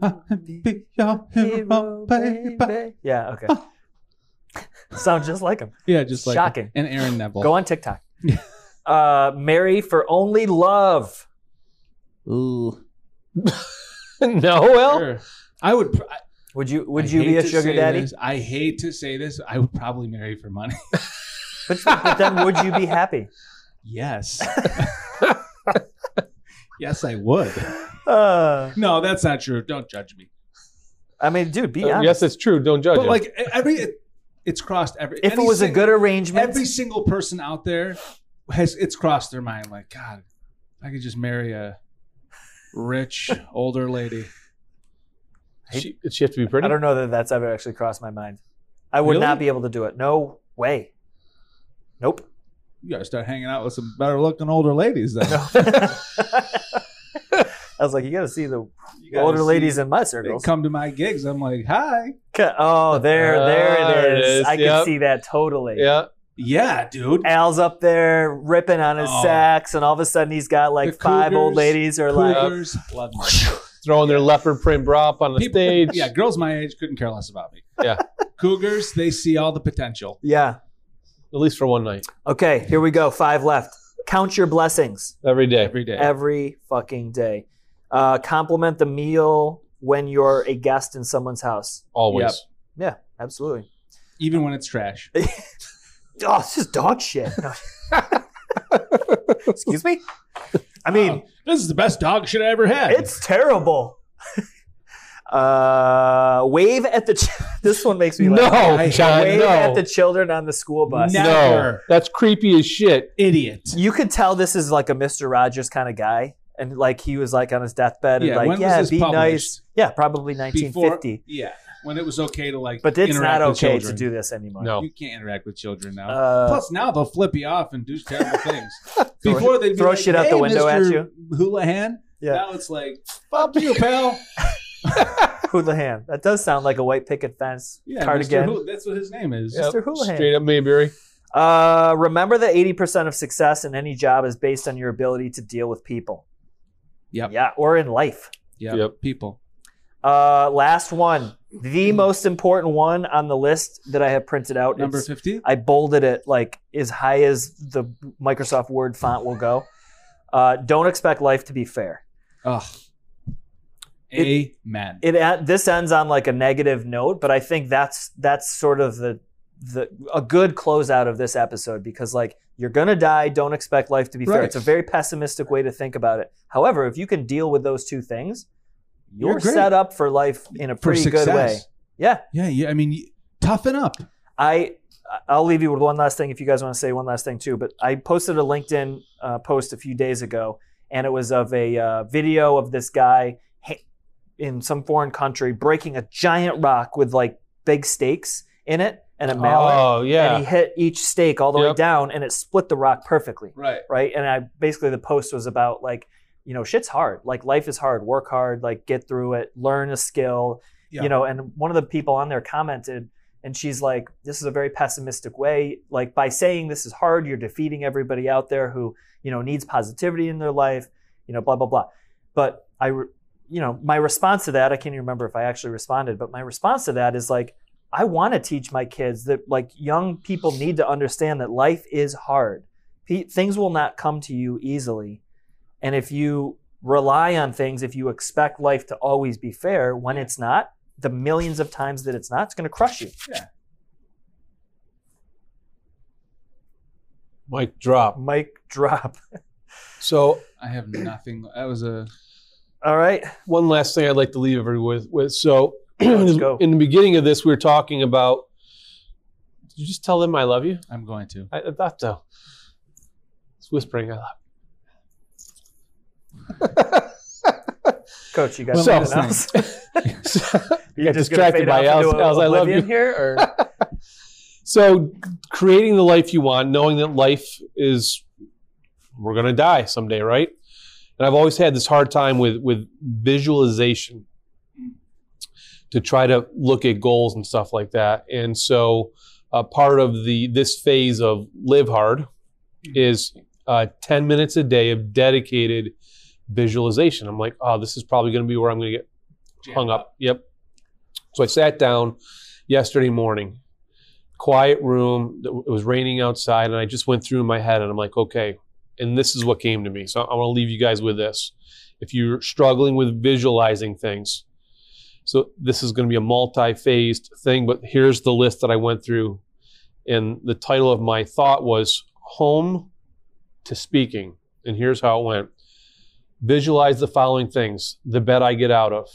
S4: um,
S1: *laughs* Be your hero, baby.
S4: yeah. Okay. Sound just like him.
S1: Yeah, just like
S4: Shocking.
S1: And Aaron Neville.
S4: Go on TikTok. uh, marry for only love.
S1: Ooh.
S2: *laughs* no, Al.
S1: Sure. I would. pr- I-
S4: Would you
S1: I
S4: Would you
S1: hate
S4: be a
S1: to
S4: sugar
S1: say
S4: daddy?
S1: this. I hate to say this. I would probably marry for money. *laughs*
S4: But, but then would you be happy? *laughs*
S1: Yes. *laughs* yes, I would.
S4: Uh,
S1: No, that's not true. Don't judge me.
S4: I mean, dude, be
S2: Uh,
S4: honest.
S2: yes, it's true. Don't judge
S1: But
S2: him.
S1: like e-, every, it's crossed every.
S4: if it
S1: any
S4: was a
S1: single-
S4: good arrangement,
S1: every single person out there has it's crossed their mind like god if i could just marry a
S4: *laughs*
S1: rich older lady
S2: she, does she have to be pretty.
S4: I don't know that that's ever actually crossed my mind. I would
S1: Really?
S4: not be able to do it. No way.
S1: *laughs*
S4: Nope. *laughs*
S1: you gotta start hanging out with some better looking older ladies then
S4: *laughs* No. I was like, you got to see the
S1: You gotta
S4: older
S1: see-
S4: ladies in my
S1: they
S4: circles.
S1: come to my gigs i'm like hi
S4: Ca- Oh, there, there it is. I can
S2: Yep.
S4: see that totally.
S2: Yeah.
S1: yeah dude
S4: Al's up there ripping on his
S1: Oh.
S4: sax, and all of a sudden he's got like
S1: The
S4: five old
S1: Cougars-
S4: ladies or like,
S1: Cougars love me.
S2: *laughs* Throwing their leopard print bra up on the
S1: People-
S2: stage.
S1: yeah girls my age couldn't care less about me
S2: Yeah.
S1: *laughs* cougars they see all the potential
S4: yeah.
S2: At least for one night.
S4: Okay, here we go. Five left. Count your blessings
S2: Every day.
S1: every day
S4: every fucking day. Uh, compliment the meal when you're a guest in someone's house.
S2: Always.
S4: Yeah, absolutely.
S1: even when it's trash
S4: *laughs* Oh, this is dog shit.
S1: *laughs*
S4: No. Excuse me? I mean,
S1: Oh, this is the best dog shit i ever had
S4: It's terrible. *laughs* uh, wave at the. Ch- *laughs* this one makes me laugh.
S2: No, John,
S4: wave
S2: no.
S4: at the children on the school bus.
S1: No.
S2: No.
S1: Never.
S2: That's creepy as shit.
S1: idiot
S4: You could tell this is like a Mister Rogers kind of guy, and like he was like on his deathbed and
S1: Yeah,
S4: like,
S1: when was
S4: yeah,
S1: this
S4: be nice.
S1: published?
S4: Yeah, probably 1950.
S1: yeah when it was okay to like
S4: But it's
S1: interact
S4: not
S1: with
S4: okay to
S1: children.
S4: do this anymore.
S2: No.
S1: You can't interact with children now.
S4: Uh,
S1: Plus, now they'll flip you off and do terrible
S4: *laughs*
S1: things. Before they
S4: throw shit out the window at
S1: Houlihan.
S4: Yeah.
S1: Now it's like fuck you, pal.
S4: Houlihan. That does sound like a white picket fence
S1: Yeah,
S4: cardigan.
S1: Mr. Hool- that's what his name is.
S4: Mr.
S2: Yep.
S4: Houlihan.
S2: Straight up Mayberry.
S4: Uh, remember that 80% of success in any job is based on your ability to deal with people.
S1: Yep.
S4: Yeah, or in life.
S1: Yeah,
S2: Yep.
S1: people.
S4: Uh, last one,
S1: Hmm.
S4: the most important one on the list that I have printed out.
S1: Number
S4: It's-
S1: fifty.
S4: I bolded it like as high as the Microsoft Word font will go. Uh, don't expect life to be fair.
S1: Ugh.
S4: It-
S1: Amen.
S4: It uh, this ends on like a negative note, but I think that's that's sort of the the a good closeout of this episode because like you're gonna die. Don't expect life to be fair.
S1: Right.
S4: It's a very pessimistic way to think about it. However, if you can deal with those two things, you're,
S1: You're great.
S4: set up for life in a
S1: for
S4: pretty good way.
S1: success.
S4: Yeah,
S1: Yeah, yeah. I mean, y- toughen up.
S4: I I'll leave you with one last thing if you guys want to say one last thing too. But I posted a LinkedIn uh, post a few days ago, and it was of a uh, video of this guy ha- in some foreign country breaking a giant rock with like big stakes in it and a mallet,
S2: Oh
S4: and
S2: yeah,
S4: he hit each stake all the way
S2: Yep.
S4: down, and it split the rock perfectly
S1: Right.
S4: right? And I basically the post was about like, you know, shit's hard. Like life is hard. Work hard. Like get through it. Learn a skill.
S1: Yeah.
S4: You know, and one of the people on there commented, and she's like, "This is a very pessimistic way. Like by saying this is hard, you're defeating everybody out there who you know needs positivity in their life. You know, blah blah blah." But I, re- you know, my response to that, I can't even remember if I actually responded, but my response to that is like. I want to teach my kids that like young people need to understand that life is hard. P- things will not come to you easily. And if you rely on things, if you expect life to always be fair, when it's not, the millions of times that it's not, it's going to crush you.
S2: mic drop.
S4: Mic *laughs* drop.
S2: So
S1: I have nothing. That was a
S4: All right.
S2: one last thing I'd like to leave everyone with. with so *clears throat*
S4: Let's go.
S2: in the beginning of this, we were talking about. Did you just tell them I love you?
S1: I'm going to.
S2: I, I thought so. It's whispering. I love.
S4: Coach, you got
S2: Well,
S4: something
S1: so-
S4: else?
S2: you. *laughs*
S4: *laughs*
S2: So,
S4: You
S2: got
S4: just gonna
S2: distracted
S4: fade
S2: by
S4: off
S2: Al's-
S4: into
S2: Al's I love
S4: oblivion
S2: you.
S4: here,
S2: *laughs*
S4: or
S2: so creating the life you want, knowing that life is we're gonna die someday, right? And I've always had this hard time with with visualization to try to look at goals and stuff like that. And so uh, part of the this phase of live hard is uh, 10 minutes a day of dedicated visualization. I'm like, oh, this is probably going to be where I'm going to get hung up. Yep. So I sat down yesterday morning, quiet room. It was raining outside, and I just went through in my head, and I'm like, okay. And this is what came to me. So I want to leave you guys with this. If you're struggling with visualizing things, so this is going to be a multi-phased thing. But here's the list that I went through, and the title of my thought was "Home to Speaking." And here's how it went. Visualize the following things: the bed I get out of,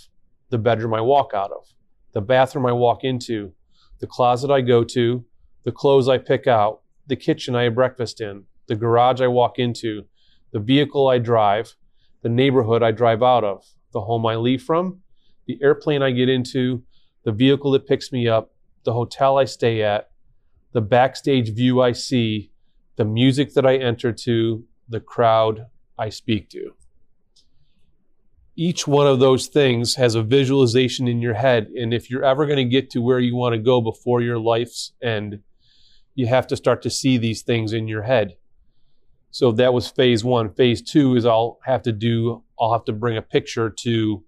S2: the bedroom I walk out of, the bathroom I walk into, the closet I go to, the clothes I pick out, the kitchen I have breakfast in, the garage I walk into, the vehicle I drive, the neighborhood I drive out of, the home I leave from, the airplane I get into, the vehicle that picks me up, the hotel I stay at, the backstage view I see, the music that I enter to, the crowd I speak to each one of those things has a visualization in your head. And if you're ever going to get to where you want to go before your life's end, you have to start to see these things in your head. So that was phase one. Phase two is I'll have to do, I'll have to bring a picture to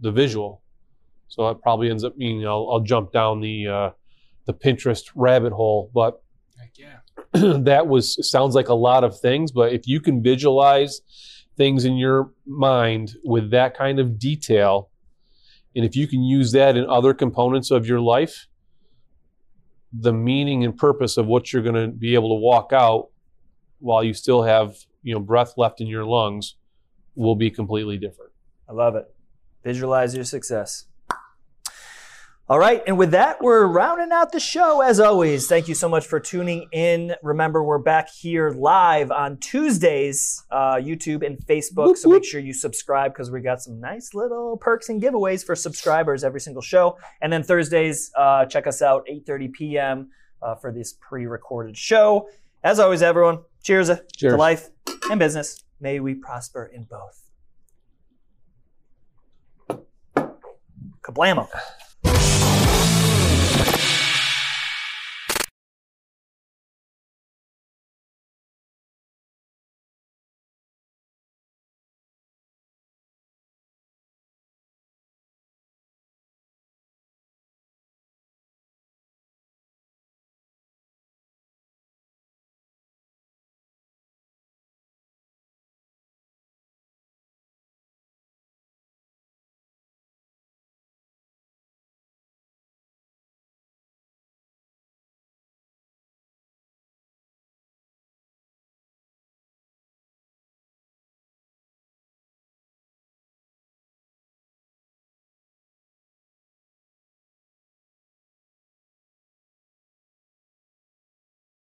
S2: the visual. So that probably ends up meaning I'll, I'll jump down the, uh, the Pinterest rabbit hole. But
S1: Heck yeah.
S2: *clears throat* that was sounds like a lot of things, but if you can visualize things in your mind with that kind of detail, and if you can use that in other components of your life, the meaning and purpose of what you're going to be able to walk out while you still have you know breath left in your lungs will be completely different.
S4: I love it. Visualize your success. All right, and with that, we're rounding out the show as always. Thank you so much for tuning in. Remember, we're back here live on Tuesdays, uh, YouTube and Facebook.
S2: Whoop,
S4: so make
S2: whoop.
S4: sure you subscribe because we got some nice little perks and giveaways for subscribers every single show. And then Thursdays, uh, check us out 8:30 p.m. Uh, for this pre-recorded show. As always, everyone, cheers, uh,
S2: Cheers.
S4: to life and business. May we prosper in both. Kablamo.